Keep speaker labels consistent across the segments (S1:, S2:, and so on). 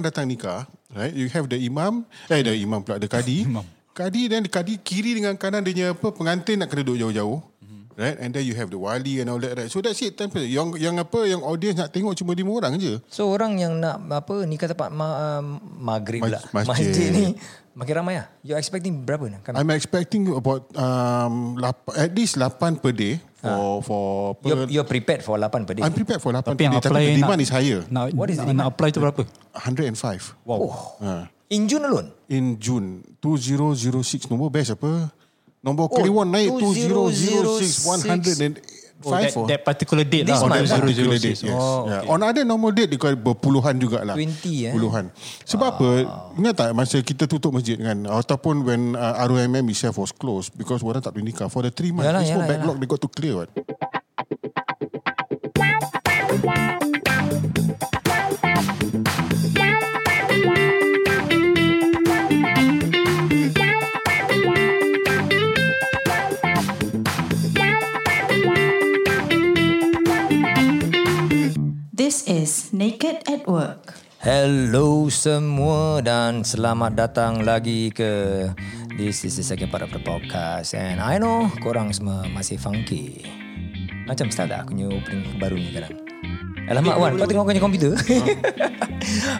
S1: datang nikah, right? You have the imam, eh the imam pula, the kadi.
S2: Imam.
S1: Kadi dan kadi kiri dengan kanan dia punya apa pengantin nak kena duduk jauh-jauh. Mm-hmm. Right? And then you have the wali and all that right. So that's it. Time yang yang apa yang audience nak tengok cuma lima orang je.
S3: So orang yang nak apa nikah tempat ma- uh, maghrib
S1: Mas-
S3: lah.
S1: masjid.
S3: Masjid ni makin ramai lah. You expecting berapa nak kan?
S1: I'm expecting about um, lap, at least 8 per day for ha. for
S3: You're,
S1: per,
S3: you're prepared for 8 per day.
S1: I'm prepared for 8
S2: Ah. Tapi
S1: per
S2: yang
S1: day tapi
S2: apply
S1: the demand
S2: nak,
S1: is higher.
S2: Nak,
S3: What is
S2: nak,
S3: the
S2: nak apply tu berapa?
S1: 105.
S2: Wow. Oh.
S1: Ha.
S3: In June alone.
S1: In June 2006 nombor best apa? Nombor oh, Kliwon naik 2006 105
S2: Oh, that,
S1: oh.
S2: that particular date
S3: This
S2: lah.
S3: month.
S2: on
S1: That particular
S2: 0006.
S1: date, yes.
S3: Oh,
S1: Oh, yeah. On other normal date, dia kira berpuluhan jugalah.
S3: 20, eh?
S1: Puluhan. Sebab apa, ingat tak masa kita tutup masjid kan, ataupun when uh, ROMM itself was closed because orang tak boleh nikah. For the three months,
S3: Yalah,
S1: there's no
S3: yalah,
S1: backlog they got to clear. What?
S4: This is Naked at Work.
S3: Hello semua dan selamat datang lagi ke This is the second part of the podcast And I know korang semua masih funky Macam style dah aku punya opening baru ni sekarang Alamak Wan, kau tengok kau punya komputer
S1: Ah.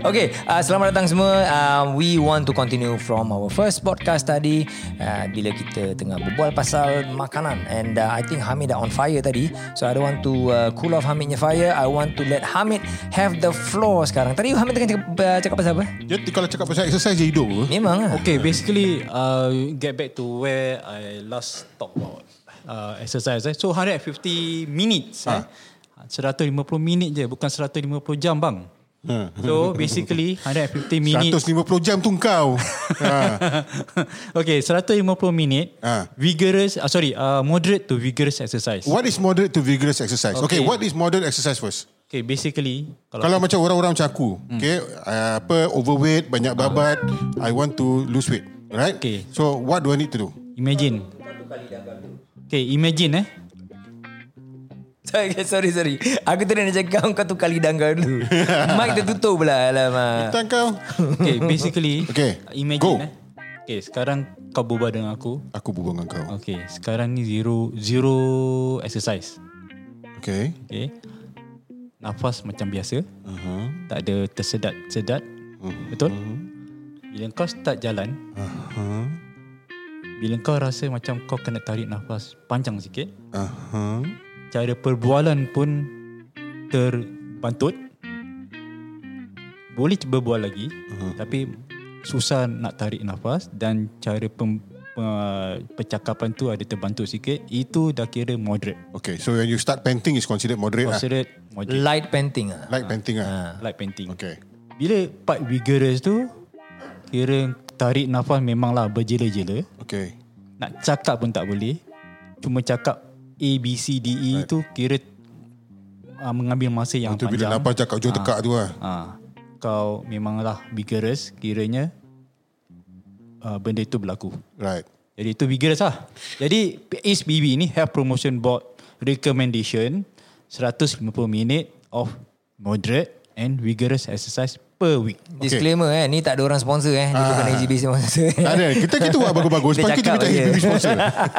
S3: Okay, uh, selamat datang semua uh, We want to continue from our first podcast tadi uh, Bila kita tengah berbual pasal makanan And uh, I think Hamid dah on fire tadi So I don't want to uh, cool off Hamidnya fire I want to let Hamid have the floor sekarang Tadi Hamid tengah cakap, uh, cakap pasal apa?
S1: Jadi kalau cakap pasal exercise, je hidup apa?
S3: Memang lah
S2: Okay, basically, uh, get back to where I last talked about uh, exercise. Eh. So, 150 minutes. Eh. 150 minit je, bukan 150 jam bang. So, basically, 150 minit.
S1: 150 jam tu kau. ha.
S2: okay, 150 minit.
S1: Ah.
S2: Vigorous, uh, sorry, uh, moderate to vigorous exercise.
S1: What is moderate to vigorous exercise? Okay, okay
S2: Okay.
S1: what is moderate exercise first?
S2: Okay, basically, kalau,
S1: Kalau macam orang-orang macam aku, hmm. okay, uh, apa overweight, banyak babat, I want to lose weight, right?
S2: Okay.
S1: So what do I need to do?
S2: imagine. Okay, imagine eh.
S3: Sorry, sorry, sorry. Aku tadi nak cakap kau tukar lidah kau dulu. Mic tertutup pula. Alamak.
S1: Tentang kau.
S2: Okay, basically,
S1: Okay,
S2: imagine
S1: go.
S2: eh. Okay, sekarang kau berbual dengan aku.
S1: Aku berbual dengan kau.
S2: Okay, sekarang ni zero zero exercise.
S1: Okay.
S2: Okay. Nafas macam biasa.
S1: Uh-huh.
S2: Tak ada tersedat-sedat. Betul? Bila kau start jalan,
S1: Uh-huh.
S2: bila kau rasa macam kau kena tarik nafas panjang sikit,
S1: Uh-huh.
S2: cara perbualan pun terbantut. Boleh berbual lagi, tapi susah nak tarik nafas dan cara pem, pe- percakapan tu ada terbantut sikit, itu dah kira moderate.
S1: Okay, so when you start panting is considered moderate lah.
S2: Considered moderate.
S3: Light painting ah.
S1: Like panting lah.
S2: Light painting.
S1: Okay.
S2: Bila part vigorous tu Kira tarik nafas memanglah berjela-jela
S1: Okay.
S2: Nak cakap pun tak boleh Cuma cakap A, B, C, D, E right. tu kira uh, Mengambil masa
S3: Ah,
S2: yang
S1: Itu bila
S2: panjang
S1: nafas cakap jauh tekak tu lah.
S2: ha, Kau memanglah vigorous Kiranya uh, Benda tu berlaku
S1: Right.
S2: Jadi itu vigorous lah Jadi HPB ni Health Promotion Board Recommendation 150 minit of moderate and vigorous exercise per week.
S3: Disclaimer eh, ni tak ada orang sponsor eh. Ni bukan AGB sponsor.
S1: Tak ada. Kita kita buat bagus-bagus.
S3: Dia
S1: Sebab kita
S3: cakap
S1: minta
S3: je.
S1: HPB sponsor.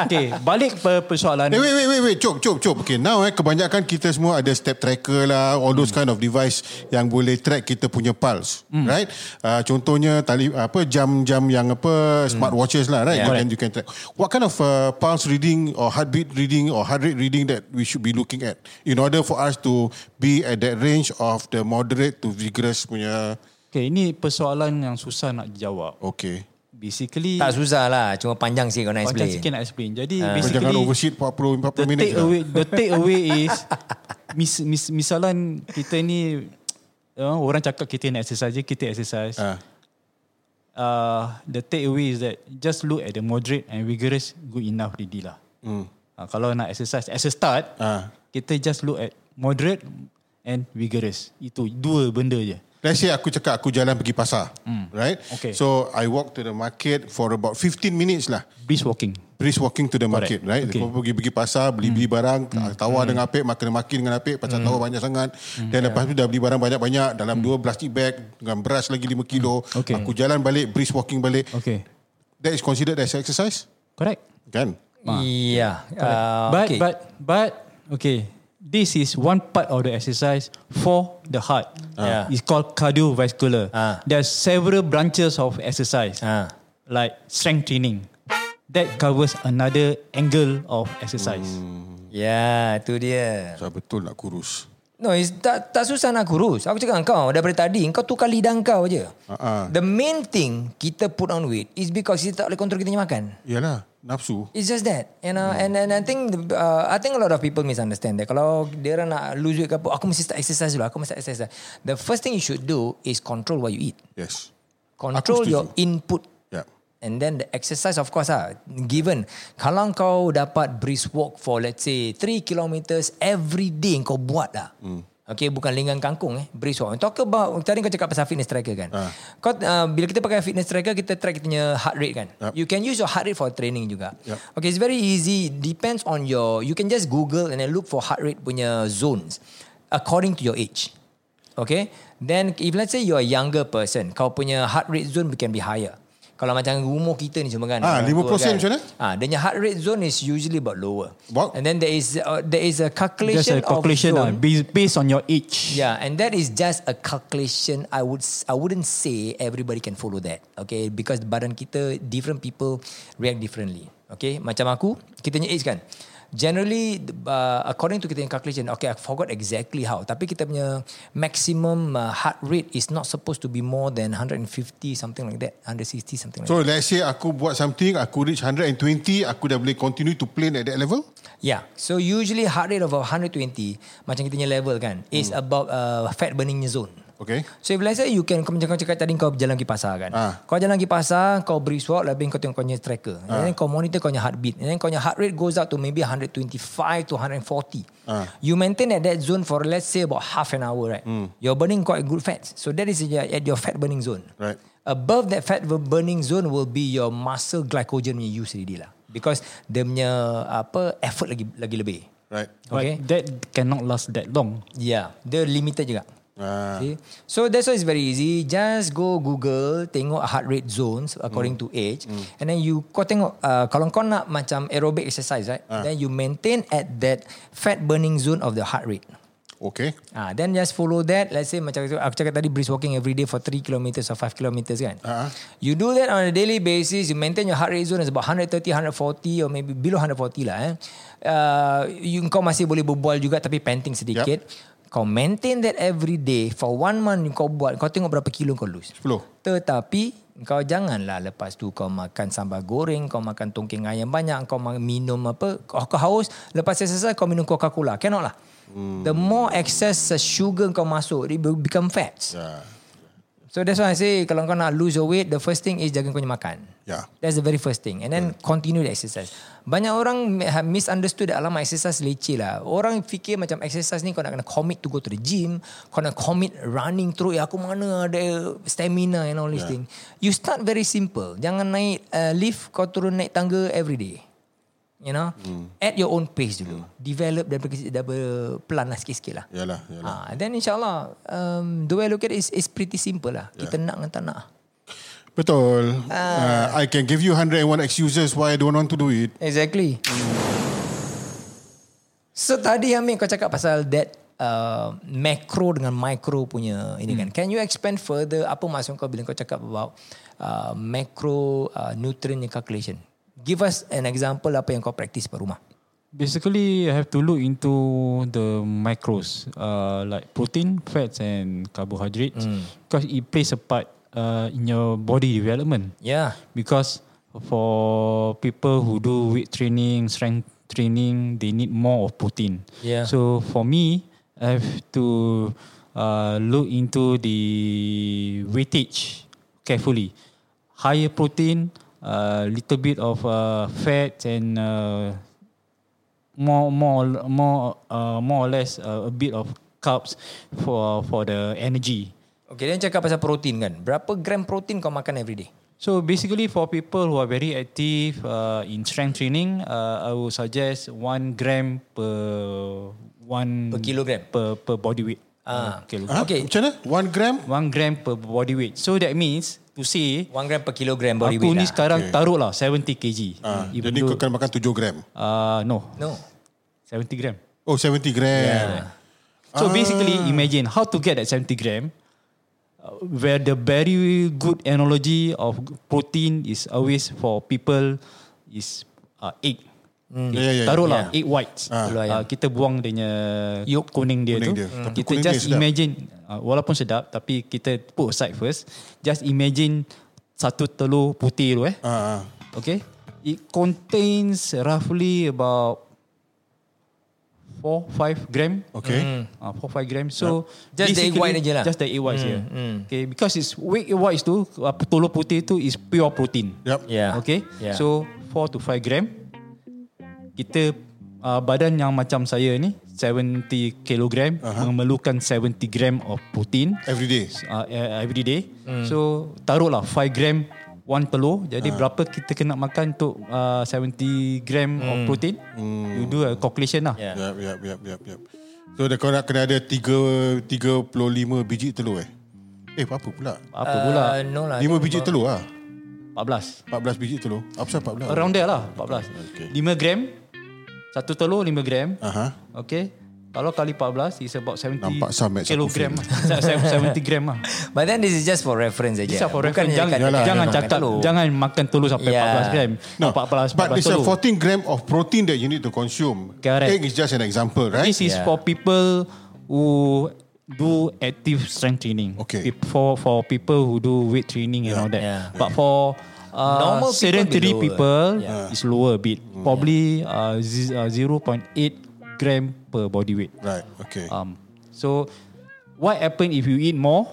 S2: Okay, balik per persoalan.
S1: Eh, wait, wait, wait, wait. Cop, cop, cop. Okay, now eh, kebanyakan kita semua ada step tracker lah, all those kind of device yang boleh track kita punya pulse, mm.
S2: Hmm.
S1: right? Uh, contohnya tali apa jam-jam yang apa smartwatches lah, right?
S2: Hmm. Yeah.
S1: you, can, you can track. What kind of uh, pulse reading or heartbeat reading or heart rate reading that we should be looking at in order for us to be at that range of the moderate to vigorous punya?
S2: Okay, ini persoalan yang susah nak jawab.
S1: Okay.
S2: Basically,
S3: tak susah lah. Cuma panjang sih kau nak
S2: macam
S3: explain. Ah.
S2: sikit nak explain. Jadi,
S1: Kau
S2: basically,
S1: jangan overshoot 40 40
S2: the
S1: lah. minit.
S2: take away, the take away is, mis, mis, misalan kita ni, uh, orang cakap kita nak exercise je, kita exercise.
S1: Ah.
S2: uh, the takeaway is that just look at the moderate and vigorous good enough already lah. Mm. Uh, kalau nak exercise as a start,
S1: Hmm. Ah.
S2: kita just look at moderate and vigorous. Itu dua benda je.
S1: let's say aku cakap aku jalan pergi pasar. Right?
S2: Hmm. Okay.
S1: So I walk to the market for about 15 minutes lah.
S2: Brisk walking.
S1: Please walking to the market,
S2: Correct.
S1: right?
S2: Okay. Hmm.
S1: Okay. pergi pergi pasar, beli-beli barang, ah, tawar dengan apik, makan maki dengan apik, pasal tawar banyak sangat.
S2: Hmm.
S1: Dan lepas tu dah beli barang banyak-banyak dalam dua plastik bag dengan beras lagi 5 kilo.
S2: Okay.
S1: Aku jalan balik, brisk walking balik.
S2: Okay.
S1: That is considered as exercise?
S2: Correct.
S1: Kan?
S3: Yeah. Uh,
S2: but
S3: okay.
S2: but but okay. This is one part of the exercise for the heart.
S3: Ah.
S2: It's called cardiovascular.
S3: Ah.
S2: There's several branches of exercise,
S3: Ah.
S2: like strength training. That covers another angle of exercise.
S3: Hmm. yeah, tu Ya, dia.
S1: Saya betul nak kurus.
S3: No, it's, tak, tak susah nak kurus. Aku cakap dengan kau daripada tadi, kau tukar lidah kau je.
S1: Ah, ah.
S3: The main thing kita put on weight is because kita tak boleh kontrol kita punya makan.
S1: Yalah, nafsu.
S3: It's just that, you know. And and I think the, uh, I think a lot of people misunderstand that. Kalau dia orang nak lose weight ke apa, aku mesti start exercise dulu. Aku mesti start exercise. The first thing you should do is control what you eat.
S1: Yes.
S3: Control
S1: Aku setuju.
S3: your input.
S1: Yeah.
S3: And then the exercise of course ah given kalau kau dapat brisk walk for let's say 3 kilometers every day kau buat lah. Hmm. Okay, bukan linggang kangkung eh. Brisk walk. Talk about, tadi kau cakap pasal fitness tracker kan.
S1: Ah.
S3: Kau, uh, bila kita pakai fitness tracker, kita track kita punya heart rate kan.
S1: Yup.
S3: You can use your heart rate for training juga.
S1: Yup.
S3: Okay, it's very easy. Depends on your, you can just Google and then look for heart rate punya zones according to your age. Okay, then if let's say you're a younger person, kau punya heart rate zone can be higher. Kalau macam umur kita ni semua kan.
S1: Ah,
S3: orang
S1: 50%
S3: tua
S1: macam mana?
S3: Ah, then your heart rate zone is usually about lower.
S1: About-
S3: And then there is uh, there is a
S2: Just
S3: calculation,
S2: a calculation
S3: of
S2: ah,
S3: zone.
S2: based, based on your age.
S3: Yeah, and that is just a calculation. I would s- I wouldn't say everybody can follow that. Okay, because badan kita different people react differently. Okay, macam aku, kita punya age kan. Generally uh, according to kita punya calculation, okay I forgot exactly how, tapi kita punya maximum uh, heart rate is not supposed to be more than 150 something like that, 160 something like that.
S1: So let's say aku buat something, aku reach 120, aku dah boleh continue to play at that level?
S3: Yeah. So usually heart rate of 120 macam kita punya level kan is about uh, fat burning zone.
S1: Okay.
S3: So if let's say you can Kau macam kau cakap tadi Kau berjalan pergi pasar kan
S1: Ah.
S3: Kau jalan pergi pasar Kau brisk walk Lebih kau tengok kau punya tracker And
S1: Ah.
S3: then kau monitor kau punya heartbeat And then kau punya heart rate goes up to Maybe 125 to 140
S1: Ah.
S3: You maintain at that zone For let's say about half an hour right
S1: Hmm.
S3: You're burning quite good fats So that is your- at your fat burning zone
S1: Right.
S3: Above that fat burning zone Will be your muscle glycogen punya use already lah Because Dia punya Apa Effort lagi lagi lebih
S1: Right.
S2: But
S3: Okay.
S2: that cannot last that long.
S3: Yeah Dia limited juga
S1: Ah.
S3: See? So that's why it's very easy. Just go Google, tengok heart rate zones according to age. And then you, kau tengok, uh, kalau kau nak macam aerobic exercise, right? Then you maintain at that fat burning zone of the heart rate.
S1: Okay.
S3: Ah, then just follow that. Let's say macam aku aku cakap tadi brisk walking every day for 3 kilometers or 5 kilometers kan.
S1: Ah.
S3: You do that on a daily basis. You maintain your heart rate zone is about 130, 140 or maybe below 140 lah. Eh. Uh, you, kau masih boleh berbual juga tapi panting sedikit. Kau maintain that every day for one month kau buat. Kau tengok berapa kilo kau lose.
S1: 10.
S3: Tetapi kau janganlah lepas tu kau makan sambal goreng, kau makan tongking ayam banyak, kau ma- minum apa, kau, kau haus, lepas exercise kau minum Coca-Cola. Cannot lah. Hmm. The more excess uh, sugar kau masuk, it will become fats. Yeah.
S1: Yeah.
S3: So that's why I say kalau kau nak lose your weight, the first thing is jaga kau punya makan.
S1: Yeah.
S3: That's the very first thing. And then continue the exercise. Banyak orang mi- have misunderstood that alamak exercise leceh lah. Orang fikir macam exercise ni kau nak kena commit to go to the gym. Kau nak commit running through. Ya, aku mana ada stamina and all these yeah. things. You start very simple. Jangan naik uh, lift, kau turun naik tangga every day. You know? Mm. At your own pace dulu. Mm. Develop dan pergi dah pelan lah sikit-sikit lah.
S1: Yalah, yalah.
S3: Ah, then insyaAllah, um, the way I look at it is, is pretty simple lah. Yeah. Kita nak dengan tak nak.
S1: Betul. Uh, I can give you 101 excuses why I don't want to do it.
S3: Exactly. So tadi Amir kau cakap pasal that uh, macro dengan micro punya ini
S2: Hmm.
S3: kan. Can you expand further apa maksud kau bila kau cakap about uh, macro uh, nutrient calculation? Give us an example apa yang kau practice pada rumah.
S2: Basically, I have to look into the macros, uh, like protein, fats, and carbohydrates, because it plays a part uh, in your body development.
S3: Yeah.
S2: Because for people who do weight training, strength training, they need more of protein.
S3: Yeah.
S2: So for me, I have to uh, look into the weightage carefully. Higher protein, a uh, little bit of uh, fat, and uh, more more more uh, more or less uh, a bit of carbs for for the energy
S3: Okay, dia cakap pasal protein kan. Berapa gram protein kau makan every day?
S2: So basically for people who are very active uh, in strength training, uh, I would suggest 1 gram per one
S3: Per kilogram?
S2: per, per body weight.
S3: Ah.
S2: Okay.
S1: Ha?
S3: Okay.
S1: Okay. Macam mana? 1 gram?
S2: 1 gram per body weight. So that means to say
S3: 1 gram per kilogram body
S2: aku
S3: weight
S2: ni
S3: lah.
S2: sekarang okay. taruhlah 70 kg.
S1: Ha,
S2: Even
S1: jadi kau
S2: though,
S1: akan makan 7 gram.
S2: uh, no,
S3: No.
S2: 70 gram.
S1: Oh, 70 gram. ya, Yeah.
S2: So
S1: Ah.
S2: basically, imagine how to get that 70 gram. uh, Where the very good analogy of protein is always for people is uh, egg.
S1: Ya, ya, ya.
S2: Taruhlah yeah. egg whites.
S1: Ah.
S3: Telur ayam.
S2: Uh, kita buang dia punya yolk kuning dia
S1: Kuning
S2: tu.
S1: dia. Hmm. Tapi
S2: Kita
S1: kuning dia
S2: just
S1: sedap.
S2: imagine uh, walaupun sedap tapi kita put aside first. Just imagine satu telur putih tu eh.
S1: Ha, ha.
S2: Okay. It contains roughly about 4 5 gram
S1: Okay.
S2: Uh, 4 5 gram. So
S3: Hmm. Just the egg
S2: basically,
S3: white aja lah. hmm.
S2: Just the egg white je. Okay, because it's egg white tu uh, telur putih tu is pure protein.
S1: Yup.
S3: Yeah.
S2: Okay.
S3: Yeah.
S2: So 4 to 5 gram kita uh, badan yang macam saya ni 70 kilogram uh-huh. memerlukan 70 gram of protein
S1: Every day.
S2: uh, every day. Mm. So taruhlah 5 gram one telur. Jadi uh. berapa kita kena makan untuk uh, 70 gram mm. of protein? Mm. You do a calculation lah.
S3: Yeah.
S1: Yup, yup, yup, yup, yup. So, dah kau nak kena ada 3, 35 biji telur eh? Eh, apa pula?
S2: Apa pula?
S3: Uh, no lah.
S1: 5 biji telur lah.
S2: 14.
S1: 14 biji telur. Apa pasal 14?
S2: Around there lah 14.
S1: Okay.
S2: Okay. 5 gram. Satu telur 5 gram.
S1: Aha.
S2: Okay. Kalau kali 14 is about 70
S1: Nampak sum at satu
S2: kilogram. lah. 70 gram lah.
S3: But then this is just for reference aja.
S2: This yeah, for reference. Jangan,
S1: Yalah,
S2: jangan
S1: yalah.
S2: cakap jangan makan telur sampai
S3: Yeah.
S2: yeah. 14 gram.
S1: No,
S2: No, 14, 14
S1: but it's a 14
S2: telur.
S1: gram of protein that you need to consume.
S2: Correct.
S1: Egg is just an example, right?
S2: This is
S3: Yeah.
S2: for people who do active strength training.
S1: Okay.
S2: Pe- For for people who do weight training and all that.
S3: Yeah.
S2: But for uh,
S3: Normal
S2: Normal
S3: people
S2: sedentary
S3: be lower.
S2: people, it's lower a bit.
S1: Mm.
S2: Probably uh, z- uh, 0.8 gram per body weight.
S1: Right, okay.
S2: Um, so what happen if you eat more?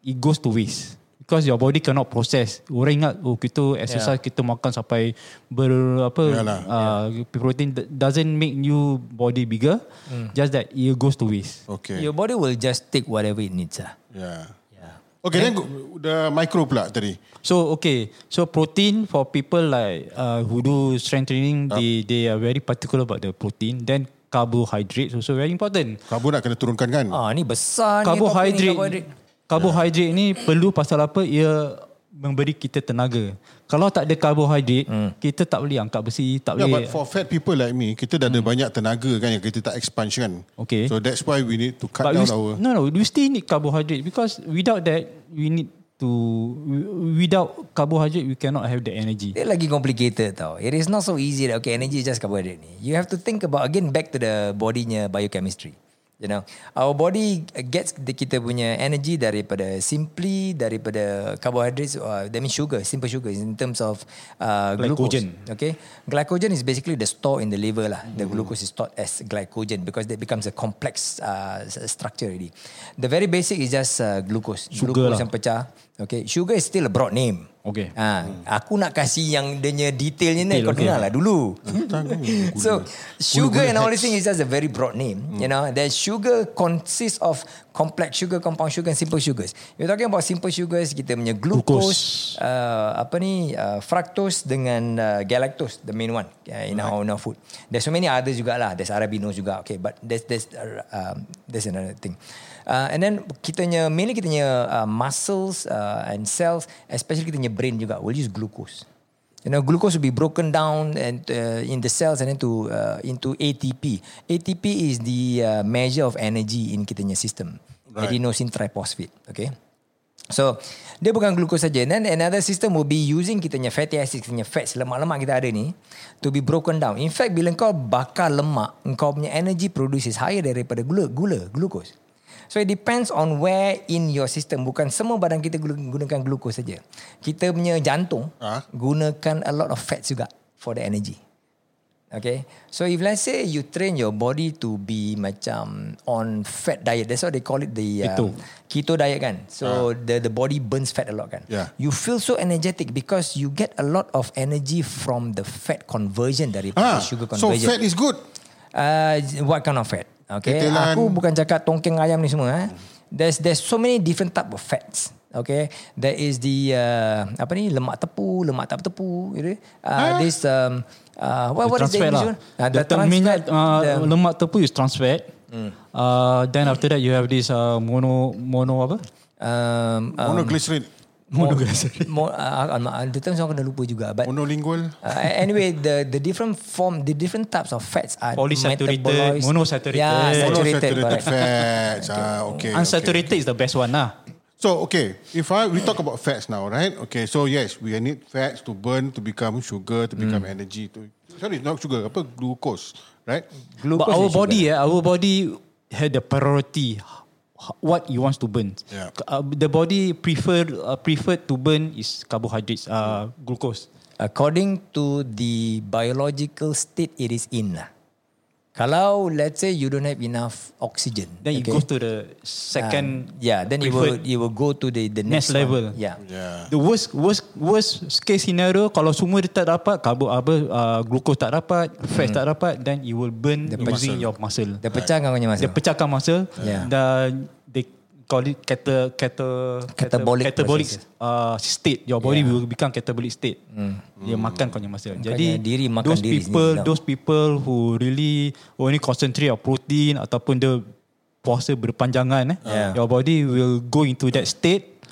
S2: It goes to waste because your body cannot process. Orang ingat oh kita exercise yeah. kita makan sampai ber apa
S1: Yalah.
S2: uh, protein that doesn't make you body bigger. Mm. Just that it goes to waste.
S1: Okay.
S3: Your body will just take whatever it needs lah.
S1: Yeah. Okay, then go- the micro pula tadi.
S2: So okay, so protein for people like uh, who do strength training, they they are very particular about the protein. Then carbohydrates also very important.
S1: Karbon nak kena turunkan kan?
S3: Ah ni besar ni topik ni
S2: karbohidrat
S3: karbohidrat.
S2: karbohidrat ni perlu pasal apa ia memberi kita tenaga kalau tak ada karbohidrat hmm. kita tak boleh angkat besi tak
S1: Yeah, Ya,
S2: boleh
S1: but for fat people like me, kita dah ada banyak tenaga kan yang kita tak expansion kan.
S2: Okay.
S1: So that's why we need to cut
S2: but we,
S1: down
S2: st-
S1: our...
S2: no no we still need carbohydrate because without that we need to we- without carbohydrate we cannot have the energy
S3: Dia lagi complicated tau. It is not so easy that okay energy is just carbohydrate ni. You have to think about again back to the bodynya biochemistry. You know, our body gets the- kita punya energy daripada simply daripada carbohydrates uh, that means sugar, simple sugar in terms of uh,
S2: Glycogen. Mm-hmm.
S3: glucose. Okay, glycogen is basically the store in the liver lah. The glucose is stored as glycogen because that becomes a complex uh, s- structure already. The very basic is just uh, glucose.
S2: Sugar
S3: glucose
S2: lah.
S3: yang pecah. Okay, sugar is still a broad name.
S2: Okay.
S3: Ha, aku nak kasih yang dia punya detailnya ni
S2: Detail,
S3: kau
S2: okay.
S3: dengar lah dulu.
S1: Hmm. Tangguh.
S3: So sugar and all these things is just a very broad name. You know, that sugar consists of complex sugar, compound sugar, and simple sugars. You're talking about simple sugars, kita punya glucose, uh, apa ni, uh, fructose dengan uh, galactose, the main one uh, in our, in our food. There's so many others juga lah. There's arabinose juga. Okay, but there's there's uh, um, there's another thing. Uh, and then kita punya mainly kita punya uh, muscles uh, and cells, especially kita punya brain juga will use glucose. You know, glucose will be broken down and uh, in the cells and into uh, into ATP. ATP is the uh, measure of energy in kitanya system.
S1: Right.
S3: Adenosine triphosphate. Okay. So dia bukan glucose saja. Then another system will be using kitanya fatty acids, kitanya fats, lemak-lemak kita ada ni to be broken down. In fact, bila kau bakar lemak, kau punya energy produce is higher daripada gula, gula, glucose. So it depends on where in your system. Bukan semua badan kita glu- gunakan glucose saja. Kita punya jantung
S1: Ah.
S3: gunakan a lot of fats juga for the energy. Okay. So if let's say you train your body to be macam on fat diet, that's what they call it the
S2: Keto.
S3: um, keto diet kan. So the the body burns fat a lot kan.
S1: Ah. Yeah.
S3: You feel so energetic because you get a lot of energy from the fat conversion
S1: Ah,
S3: daripada sugar
S1: so fat
S3: conversion.
S1: is good.
S3: Uh, what kind of fat? Okay.
S1: Tetelan.
S3: Aku bukan cakap tongkeng ayam ni semua. Eh. there's there's so many different type of fats. Okay, there is the uh, apa ni lemak tepu, lemak tak tepu. You know? Uh,
S1: Eh?
S3: this um, uh, what
S2: the
S3: what is
S2: trans fat
S3: the English
S2: lah.
S3: one? Uh, the
S2: term
S3: trans
S2: minyak
S3: fat,
S2: uh,
S3: the-
S2: lemak tepu is trans fat.
S1: Hmm.
S2: Uh, then after that you have this uh, mono mono apa?
S3: um, uh,
S1: Monoglycerin.
S2: Monoglycerin.
S3: mo- uh, uh, the term saya kena lupa juga. But
S1: Monolingual.
S3: Uh, anyway, the the different form, the different types of fats are
S2: Polysaturated,
S3: metabolized-
S2: monosaturated. Oh,
S3: yeah, saturated,
S1: Monosaturated
S3: correct.
S1: fats. ah, okay. okay.
S2: Unsaturated is the best one lah.
S1: So okay, if I we talk about fats now, right? Okay, so yes, we need fats to burn, to become sugar, to become
S3: Hmm.
S1: energy. To sorry, not sugar, apa glucose, right?
S3: Glucose
S2: But our
S3: and sugar.
S2: body, eh, our body had the priority h- what you wants to burn.
S1: Yeah.
S2: Uh, the body preferred uh, preferred to burn is carbohydrates, uh, glucose.
S3: According to the biological state it is in lah. Kalau let's say you don't have enough oxygen, Uh,
S2: Then it goes to the second.
S3: Ah, yeah, then it will
S2: preferred.
S3: it will go to the the
S2: Next
S3: next,
S2: level.
S3: One. Yeah.
S1: Yeah.
S2: The worst worst worst case scenario kalau semua dia tak dapat karbo apa uh, glucose tak dapat,
S3: Hmm.
S2: fat tak dapat then it will burn using your muscle.
S3: Dia pecah kan kau punya masa.
S2: Dia pecahkan muscle
S3: Yeah.
S2: dan they call it kata kata
S3: Catabolic
S2: catabolic
S3: process.
S2: uh, state your body will become catabolic state. Dia makan kau punya muscle. Jadi
S3: diri Hmm. makan
S2: those
S3: diri
S2: people
S3: sendiri lah. tau.
S2: those people who really only concentrate on protein ataupun dia puasa berpanjangan eh
S3: Yeah.
S2: your body will go into that state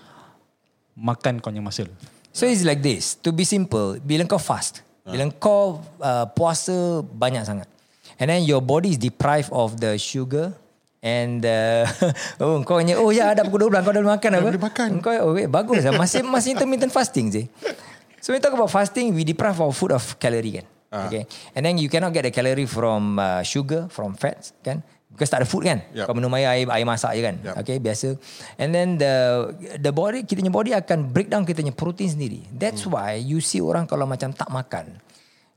S2: makan kau punya muscle.
S3: So it's like this. To be simple, bila kau fast,
S1: Ah.
S3: bila kau uh, puasa banyak sangat, and then your body is deprived of the sugar and the oh kau hanya oh ya ada pukul 12 kau dah boleh makan apa?
S1: boleh makan.
S3: Kau oh, wait, bagus lah. Masih masih intermittent fasting je. So when we talk about fasting, we deprive our food of calorie kan.
S1: Ah.
S3: Okay. And then you cannot get the calorie from uh, sugar, from fats kan. Because tak ada food kan.
S1: Yup.
S3: Kau minum air, air, air masak je kan.
S1: Yup.
S3: Okay, biasa. And then the the body, kita punya body akan break down kita punya protein sendiri. That's
S1: Hmm.
S3: why you see orang kalau macam tak makan.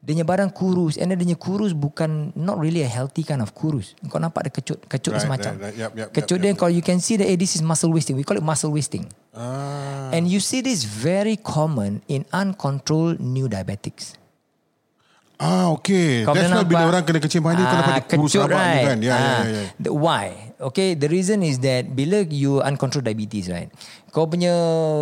S3: Dia punya barang kurus. And then dia punya kurus bukan not really a healthy kind of kurus. Kau nampak ada kecut. Kecut
S1: Right,
S3: semacam.
S1: right, right. Yup, yup, yup,
S3: kecut dia kalau you can see that eh, this is muscle wasting. We call it muscle wasting.
S1: Ah,
S3: And you see this very common in uncontrolled new diabetics.
S1: ah okay. That's why bila orang kena kencing mani, kau dapat dia kurus
S3: Ah, kecut,
S1: rabak ni
S3: right?
S1: kan. Ya, ya,
S3: Ah,
S1: ya.
S3: the- Why? Okay, the reason is that bila you uncontrolled diabetes, right? Kau punya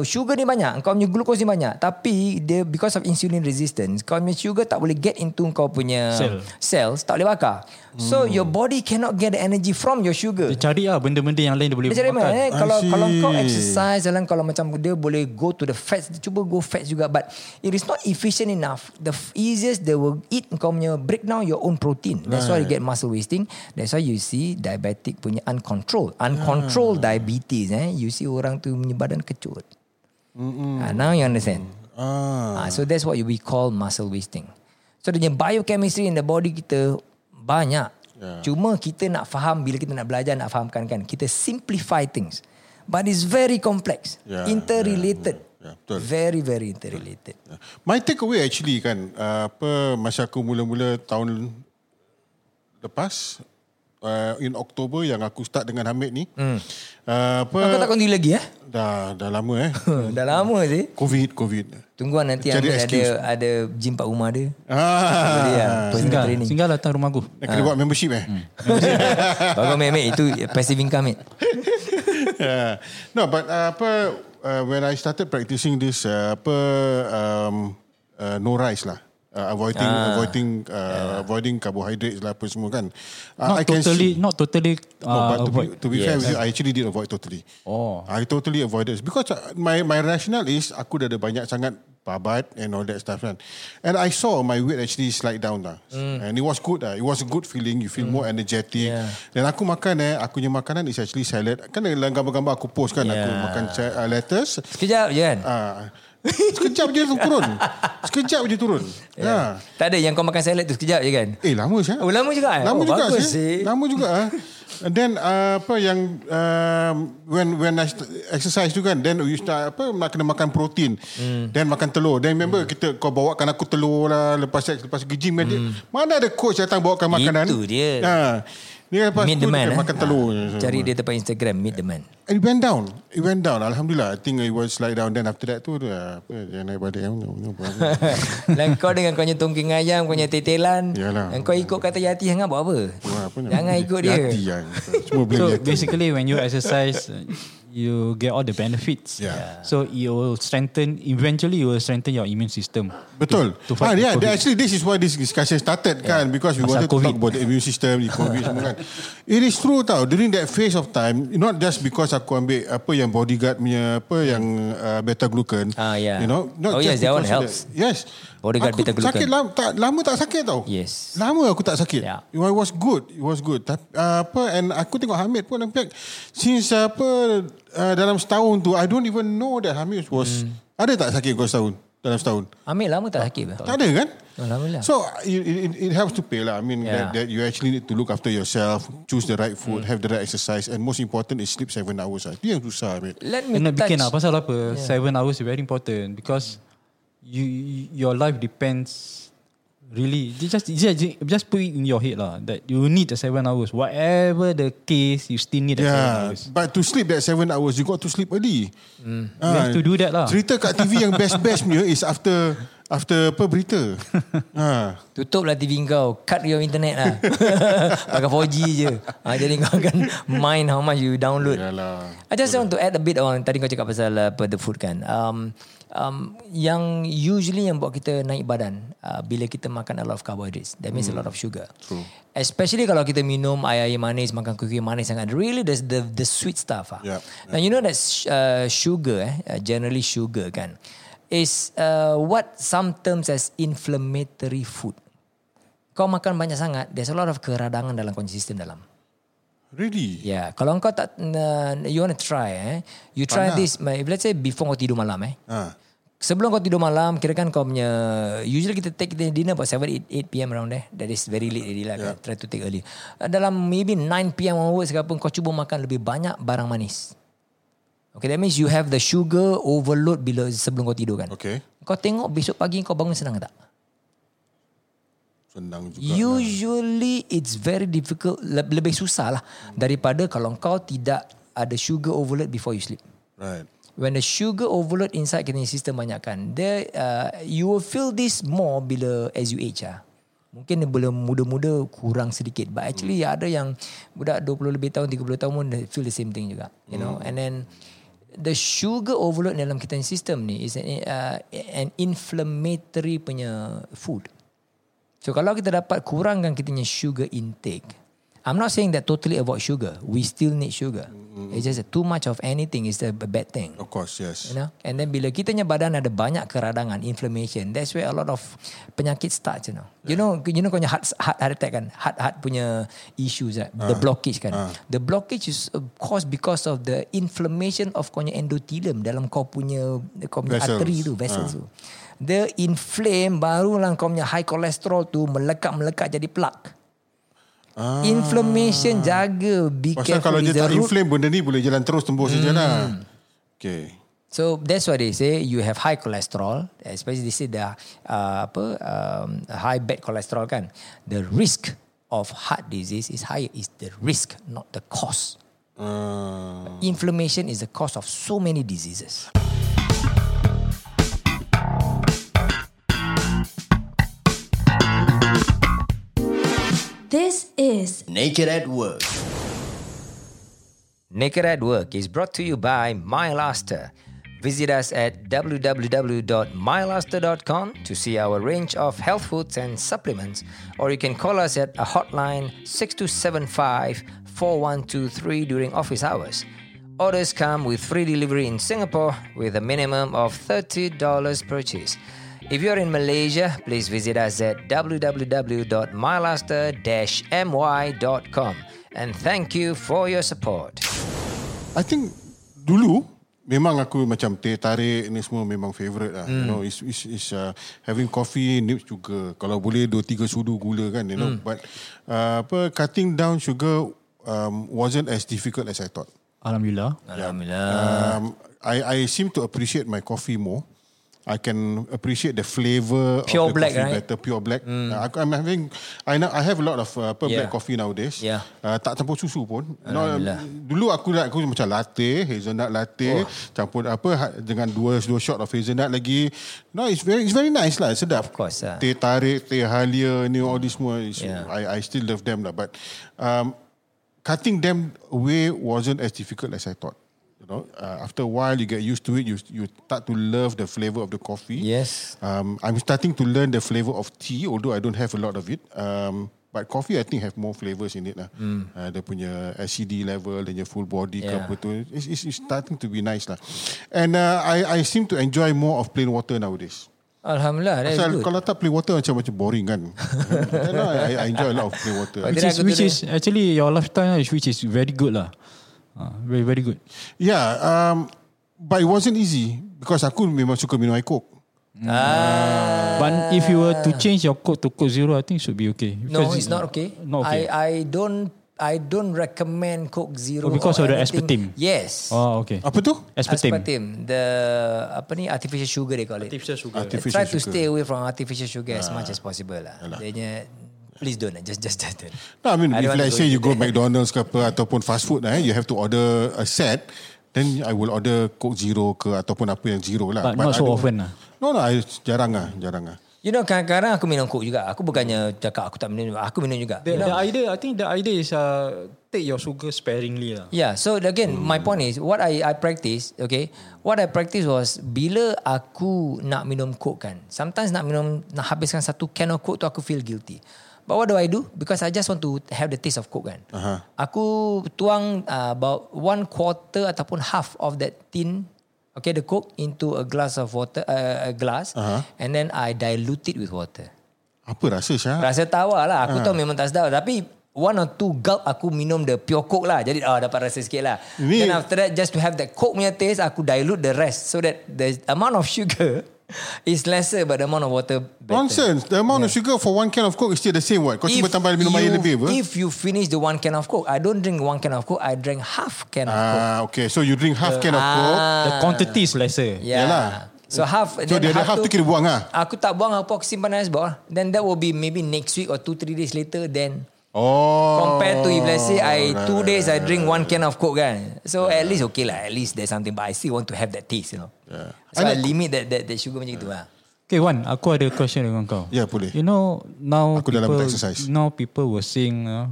S3: sugar ni banyak, kau punya glucose ni banyak. Tapi dia because of insulin resistance, kau punya sugar tak boleh get into kau punya
S2: Cell.
S3: cells, tak boleh bakar. So
S1: Hmm.
S3: your body cannot get the energy from your sugar.
S2: Dia cari lah benda-benda yang lain dia boleh
S3: Dia cari
S2: makan.
S3: mana eh?
S1: I
S3: Kalau
S1: see.
S3: kalau kau exercise jalan kalau macam dia boleh go to the fats, dia cuba go fats juga but it is not efficient enough. The f- easiest they will eat kau punya break down your own protein. That's why you get muscle wasting. That's why you see diabetic punya uncontrolled, uncontrolled
S1: Hmm.
S3: diabetes eh. You see orang tu punya badan kecut. Ah, now you understand.
S1: Ah,
S3: Ah, so that's what we call muscle wasting. So dia punya biochemistry in the body kita banyak.
S1: Ya.
S3: Yeah. Cuma kita nak faham bila kita nak belajar nak fahamkan kan. Kita simplify things. But it's very complex.
S1: Yeah,
S3: Yeah, interrelated.
S1: yeah, yeah,
S3: Yeah,
S1: ya, betul.
S3: very very interrelated.
S1: My takeaway actually kan uh, apa masa aku mula-mula tahun lepas uh, in October yang aku start dengan Hamid ni. Hmm. Uh, apa
S3: Kau tak kondi lagi eh?
S1: dah dah lama eh.
S3: Dah lama sih.
S1: COVID COVID.
S3: Tungguan nanti
S1: Cari
S3: Amir ada
S1: excuse.
S3: ada gym kat rumah dia. Boleh lah,
S1: Ah.
S3: personal
S2: Singgah,
S3: training.
S2: singgah datang rumah aku.
S1: Nak kena buat membership eh.
S3: Bagus mate, mate. Itu passive income mate.
S1: Yeah. no, but uh, apa uh, when I started practicing this uh, apa um, uh, no rice lah. Uh, avoiding ah. avoiding uh, yeah. avoiding carbohydrates lah apa semua kan. Uh,
S2: Not totally,
S1: see,
S2: not totally
S1: no,
S2: uh,
S1: but to
S2: avoid.
S1: be, to be yes. fair with you, I actually did avoid totally.
S2: Oh.
S1: I totally avoided because uh, my my rationale is aku dah ada banyak sangat babat and all that stuff kan. And I saw my weight actually slide down lah. Mm. And it was good lah. It was a good feeling. You feel mm. more energetic. Yeah. Dan aku makan eh, aku punya makanan is actually salad. Kan dalam gambar-gambar aku post kan, yeah. aku
S3: Yeah.
S1: makan sa- uh, lettuce.
S3: Sekejap je kan.
S1: Uh, sekejap je tu turun. Sekejap je turun. Yeah. Ha.
S3: Tak ada yang kau makan salad tu sekejap je kan.
S1: Eh lama sih.
S3: Oh, lama juga eh?
S1: Lama
S3: Oh,
S1: juga
S3: bagus
S1: sih.
S3: sih.
S1: Lama juga ah. And then uh, apa yang um, when when I st- exercise tu kan then you start apa nak kena makan protein. Mm. Then makan telur. Then remember mm. kita kau bawakan aku telur lah lepas lepas pergi gym mm. mana ada coach datang bawakan makanan.
S3: Itu dia.
S1: Ha. Ni lepas
S3: Meet
S1: tu dia
S3: the man.
S1: kan
S3: eh.
S1: makan telur
S3: Ah,
S1: je.
S3: Cari dia depan Instagram, meet the man.
S1: It went down. It went down. Alhamdulillah. I think it was slide down. Then after that tu, dia, apa, dia naik badan. No, no problem.
S3: Dan Lah, kau dengan kau punya tongking ayam, kau punya tetelan.
S1: Yalah.
S3: Dan kau ikut kata Yati hang buat apa?
S1: Wah, apa nak-
S3: Jangan ikut dia.
S1: Yati kan. Semua blame
S2: So
S1: Yati.
S2: basically, when you exercise, uh, you get all the benefits.
S1: Yeah.
S2: So it will strengthen. Eventually, you will strengthen your immune system.
S1: Betul.
S2: To
S1: ah,
S2: fight the
S1: yeah,
S2: COVID.
S1: that- actually this is why this discussion started yeah. kan because we
S2: Pasal
S1: wanted COVID. to
S2: COVID.
S1: talk about the immune system, the COVID semua kan. It is true tau during that phase of time not just because aku ambil apa yang bodyguard punya apa yang uh, beta glucan.
S3: Hmm. Ah, yeah.
S1: You know, not
S3: Oh,
S1: just
S3: yes, that one
S1: because of
S3: helps.
S1: That. Yes.
S3: Bodyguard
S1: aku
S3: beta-glucan.
S1: Sakit lama tak lama tak sakit tau.
S3: Yes.
S1: Lama aku tak sakit.
S3: Yeah.
S1: It was good. It was good. Tapi uh, apa and aku tengok Hamid pun in fact since uh, apa uh, dalam setahun tu I don't even know that Hamid was mm.
S3: Hmm.
S1: ada tak sakit kau setahun dalam setahun.
S3: Ambil lama tak sakit? Oh, Tak.
S1: Tak ada kan?
S3: Alhamdulillah.
S1: So it, it, it- it helps to pay lah. I mean yeah.
S3: Yeah.
S1: that, that you actually need to look after yourself, choose the right food, mm. have the right exercise, and most important is sleep seven hours. lah. Itu yang susah. I mean.
S3: Let me
S2: Kena
S3: touch.
S2: bikin lah pasal apa? Seven hours is very important because you your life depends really you just you just just put it in your head lah that you need the seven hours. Whatever the case, you still need the seven
S1: Yeah,
S2: hours.
S1: but to sleep that seven hours, you got to sleep early. Mm.
S2: You have to do that lah.
S1: Cerita kat TV yang best-best punya is after after apa berita. ha.
S3: Tutuplah TV kau. Cut your internet lah. Pakai 4G je. Ha, jadi kau akan mind how much you download.
S1: Yalah.
S3: I just want to add a bit on tadi kau cakap pasal apa the food kan. Um, um, yang usually yang buat kita naik badan uh, bila kita makan a lot of carbohydrates. That means a lot of sugar. True. Especially kalau kita minum air-air manis, makan kuih-kuih manis sangat. Really the the, the sweet stuff ah.
S1: Yeah.
S3: Now you know that sh- uh, sugar eh, uh, generally sugar kan is uh, what some terms as inflammatory food. Kau makan banyak sangat, there's a lot of keradangan dalam kunci sistem dalam.
S1: Really?
S3: Yeah, Ya, kalau kau tak uh, you want to try eh, you try this my- let's say before kau tidur malam eh.
S1: Ha.
S3: Sebelum kau tidur malam Kira kan kau punya Usually kita take the dinner About 7, 8, 8 pm around there That is very late already lah yeah. Try to take early Uh, Dalam maybe 9 pm onwards ke apa Kau cuba makan lebih banyak Barang manis Okay that means you have the sugar Overload bila sebelum kau tidur kan
S1: Okay.
S3: Kau tengok besok pagi Kau bangun senang ke tak?
S1: Senang juga. lah.
S3: Usually it's very difficult le- Lebih susah lah Daripada kalau kau tidak Ada sugar overload before you sleep
S1: Right.
S3: when the sugar overload inside kidney system banyak kan dia uh, you will feel this more bila as you age ah mungkin bila muda-muda kurang sedikit but actually ada yang budak 20 lebih tahun 30 tahun pun they feel the same thing juga you know and then the sugar overload dalam kidney system ni is an, uh, an inflammatory punya food So kalau kita dapat kurangkan kita punya sugar intake. I'm not saying that totally avoid sugar. We still need sugar. It's just that too much of anything is a bad thing.
S1: Of course, yes.
S3: You know? And then bila kita punya badan ada banyak keradangan, inflammation, that's where a lot of penyakit starts, you know. You know, you know kau punya heart, heart, heart attack kan, heart heart punya issues, right?
S1: Ah.
S3: the blockage kan. The blockage is uh, caused because of the inflammation of kau punya endothelium dalam kau punya kau punya
S1: Vessels. Ah.
S3: artery tu, vessels tu. Dia inflame barulah kau punya high cholesterol tu melekat-melekat jadi plak.
S1: Ah.
S3: Inflammation jaga be
S1: Pasal
S3: careful
S1: kalau dia
S3: is the
S1: tak
S3: root
S1: inflame, benda ni boleh jalan terus tembus je lah. Okay.
S3: So that's why they say you have high cholesterol, especially they say the uh, apa um, high bad cholesterol kan. The risk of heart disease is higher. Is the risk, not the cause.
S1: Uh,
S3: Inflammation is the cause of so many diseases.
S4: This is
S5: Naked at Work.
S3: Naked at Work is brought to you by MyLaster. Visit us at www.mylaster.com to see our range of health foods and supplements, or you can call us at a hotline 6275 4123 during office hours. Orders come with free delivery in Singapore with a minimum of $30 purchase. If you're in Malaysia, please visit us at www.mylaster-my.com and thank you for your support.
S1: I think dulu memang aku macam teh tarik ni semua memang favourite lah. Mm. You know, is is is uh, having coffee nip juga. Kalau boleh dua tiga sudu gula kan, you know. Mm. But uh, apa cutting down sugar um, wasn't as difficult as I thought.
S2: Alhamdulillah.
S1: Alhamdulillah. Um, I I seem to appreciate my coffee more. I can appreciate the flavour of
S3: Pure
S1: the
S3: black,
S1: coffee
S3: right? Hmm.
S1: better. Pure black. Mm. Uh, I'm having, I, know, I have a lot of uh, apa,
S3: Yeah.
S1: black coffee nowadays.
S3: Yeah.
S1: Uh, tak campur susu pun. No,
S3: Alhamdulillah.
S1: dulu aku nak aku macam latte, hazelnut latte, oh. campur apa ha- dengan dua dua shot of hazelnut lagi. No, it's very it's very nice lah, sedap.
S3: Of course lah.
S1: Teh tarik, teh halia, ni all this semua. It's,
S3: Yeah.
S1: yeah. I I still love them lah, but um, cutting them away wasn't as difficult as I thought. You know, uh, after a while you get used to it. You you start to love the flavor of the coffee.
S3: Yes.
S1: Um, I'm starting to learn the flavor of tea, although I don't have a lot of it. Um, but coffee, I think, have more flavors in it lah. Mm. Uh, dia punya acidity level, dia punya full body yeah.
S3: Hmm. Yeah.
S1: ke apa tu. It's, it's, it's starting to be nice lah. And uh, I I seem to enjoy more of plain water nowadays.
S3: Alhamdulillah, that is
S1: Pasal
S3: good.
S1: kalau tak plain water macam macam boring kan. Then I, I- I enjoy a lot of plain water.
S3: But
S2: Which
S3: Then I
S2: is,
S3: go to
S2: which
S3: the-
S2: is actually your lifestyle is which is very good lah. Uh, very very good.
S1: Yeah, um, but it wasn't easy because aku memang suka minum air coke.
S2: But if you were to change your code to code zero, I think should be okay.
S3: No,
S2: Because-
S3: it's not okay.
S2: Not okay.
S3: I I don't I don't recommend Coke
S2: Oh,
S3: Zero
S2: because
S3: or
S2: of the
S3: anything.
S2: aspartame.
S3: Yes.
S2: oh, okay.
S1: Apa tu?
S2: Aspartame.
S3: The apa ni artificial sugar they call it.
S2: sugar.
S1: Artificial
S3: Try to
S1: sugar.
S3: stay away from artificial sugar as much as possible lah. Dia punya- please don't lah. just just just don't.
S1: No, I mean, if
S3: I don't want
S1: let's
S3: to
S1: say
S3: go
S1: you
S3: into
S1: go McDonald's ke apa ataupun fast food eh, you have to order a set, then I will order Coke Zero ke ataupun apa yang zero lah.
S2: But
S1: I
S2: not so
S1: don't-
S2: often lah.
S1: No, no, I, jarang lah, jarang lah.
S3: You know kadang-kadang aku minum Coke juga. Aku bukannya cakap aku tak minum. Aku minum juga.
S2: The, the idea, I think the idea is uh, take your sugar sparingly lah.
S3: Yeah, so again, my point is what I I practice, okay? What I practice was bila aku nak minum coke kan, sometimes nak minum nak habiskan satu can of coke tu aku feel guilty. But what do I do? Because I just want to have the taste of coke kan. Uh-huh. Aku tuang uh, about one quarter ataupun half of that tin okay the coke into a glass of water uh, a glass uh-huh. and then I dilute it with water.
S1: Apa rasa Syah?
S3: Rasa tawar lah.
S1: Ha.
S3: Aku tahu memang tak sedap. Tapi one or two gulp aku minum the pure coke lah. Jadi ah dapat rasa sikit lah.
S1: Ini-
S3: Then after that just to have that coke punya taste aku dilute the rest so that the amount of sugar is lesser but the amount of water better.
S1: Nonsense. The amount of sugar for one can of Coke is still the same what? Kau
S3: If
S1: cuba tambah minum air
S3: you-
S1: lebih apa?
S3: If you finish the one can of coke, I don't drink one can of coke, I drink half can of coke.
S1: Ah, okay. So you drink
S3: Uh,
S1: half can of Coke.
S3: ah.
S2: The quantity is lesser.
S3: Yeah.
S1: yalah.
S3: So half
S1: So
S3: then
S1: the other half tu kira buang lah.
S3: Aku tak buang apa aku simpan dalam sebab Then that will be maybe next week or 2 3 days later then
S1: Oh.
S3: Compared to if let's say I
S1: Right,
S3: two
S1: right,
S3: days
S1: right.
S3: I drink one can of coke kan. So at least okay lah. At least there's something. But I still want to have that taste, you know. Yeah. So
S1: I
S3: I,
S1: like-
S3: limit that that, that sugar macam gitu lah.
S2: Okay, Wan, aku ada question dengan kau.
S1: Ya, boleh.
S2: You know, now
S1: Aku
S2: people,
S1: dalam exercise.
S2: Now people were saying, uh,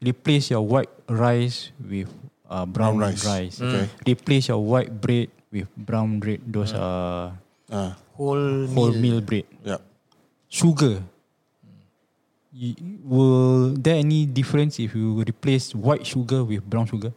S2: replace your white rice with uh, brown,
S1: Brown rice.
S2: rice.
S1: Okay.
S2: Replace your white bread with brown bread. Those are
S1: Ah,
S3: Hmm. Whole
S2: whole meal bread.
S1: yeah.
S2: Sugar. Y- Will there any difference if you replace white sugar with brown sugar?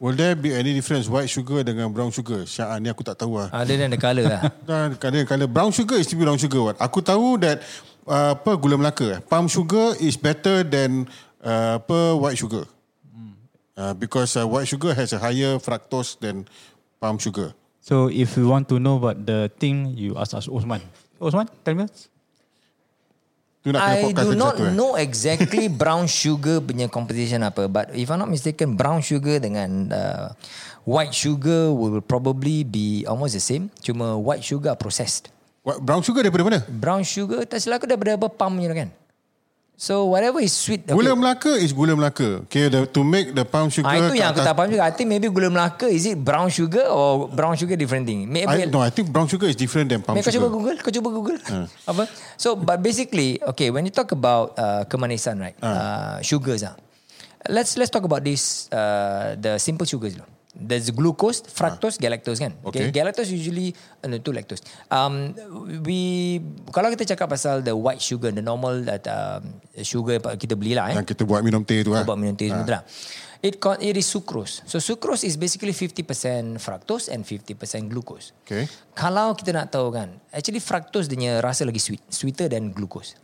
S1: Will there be any difference white sugar dengan brown sugar? Syah, ni aku tak tahu lah.
S3: Other than the colour lah.
S1: Dan kadang kalau brown sugar is to be brown sugar what? Aku tahu that uh, apa gula melaka eh. Palm sugar is better than uh, apa white sugar.
S3: Hmm.
S1: Uh, because uh, white sugar has a higher fructose than palm sugar.
S2: So if you want to know about the thing, you ask us Osman. Osman, tell me.
S1: Tu nak kena
S3: I
S1: podcast
S3: do
S1: lagi
S3: not
S1: satu, eh.
S3: know exactly brown sugar punya composition apa. But if I'm not mistaken, brown sugar dengan uh, white sugar will probably be almost the same. Cuma white sugar processed.
S1: What, brown sugar daripada mana?
S3: Brown sugar tak silap aku daripada apa palm punya kan. So whatever is sweet. okay.
S1: Gula melaka is gula melaka. Okay, the, to make the palm sugar.
S3: Ah, itu yang aku
S1: kat
S3: tak
S1: atas-
S3: faham juga. I think maybe gula Melaka is it brown sugar or brown sugar different thing.
S1: I,
S3: Maybe
S1: no, I think brown sugar is different than palm
S3: Maybe kau
S1: sugar. Hmm.
S3: cuba Google, kau cuba Google. Apa? So but basically, okay, when you talk about uh, kemanisan, right?
S1: Hmm.
S3: Uh, sugars ah. Let's let's talk about this uh, the simple sugars dulu. There's glucose, fructose, galactose kan.
S1: Hmm. Okay.
S3: Okay. Galactose usually uh, no, tu lactose. Um we kalau kita cakap pasal the white sugar, the normal that um, sugar yang kita beli lah eh.
S1: Yang kita buat minum teh tu lah.
S3: Ubat minum teh betul tak? It, con- it is sucrose. So sucrose is basically 50% fructose and 50% glucose.
S1: Okay.
S3: Kalau kita nak tahu kan, actually fructose dia punya rasa lagi sweet, sweeter than glucose.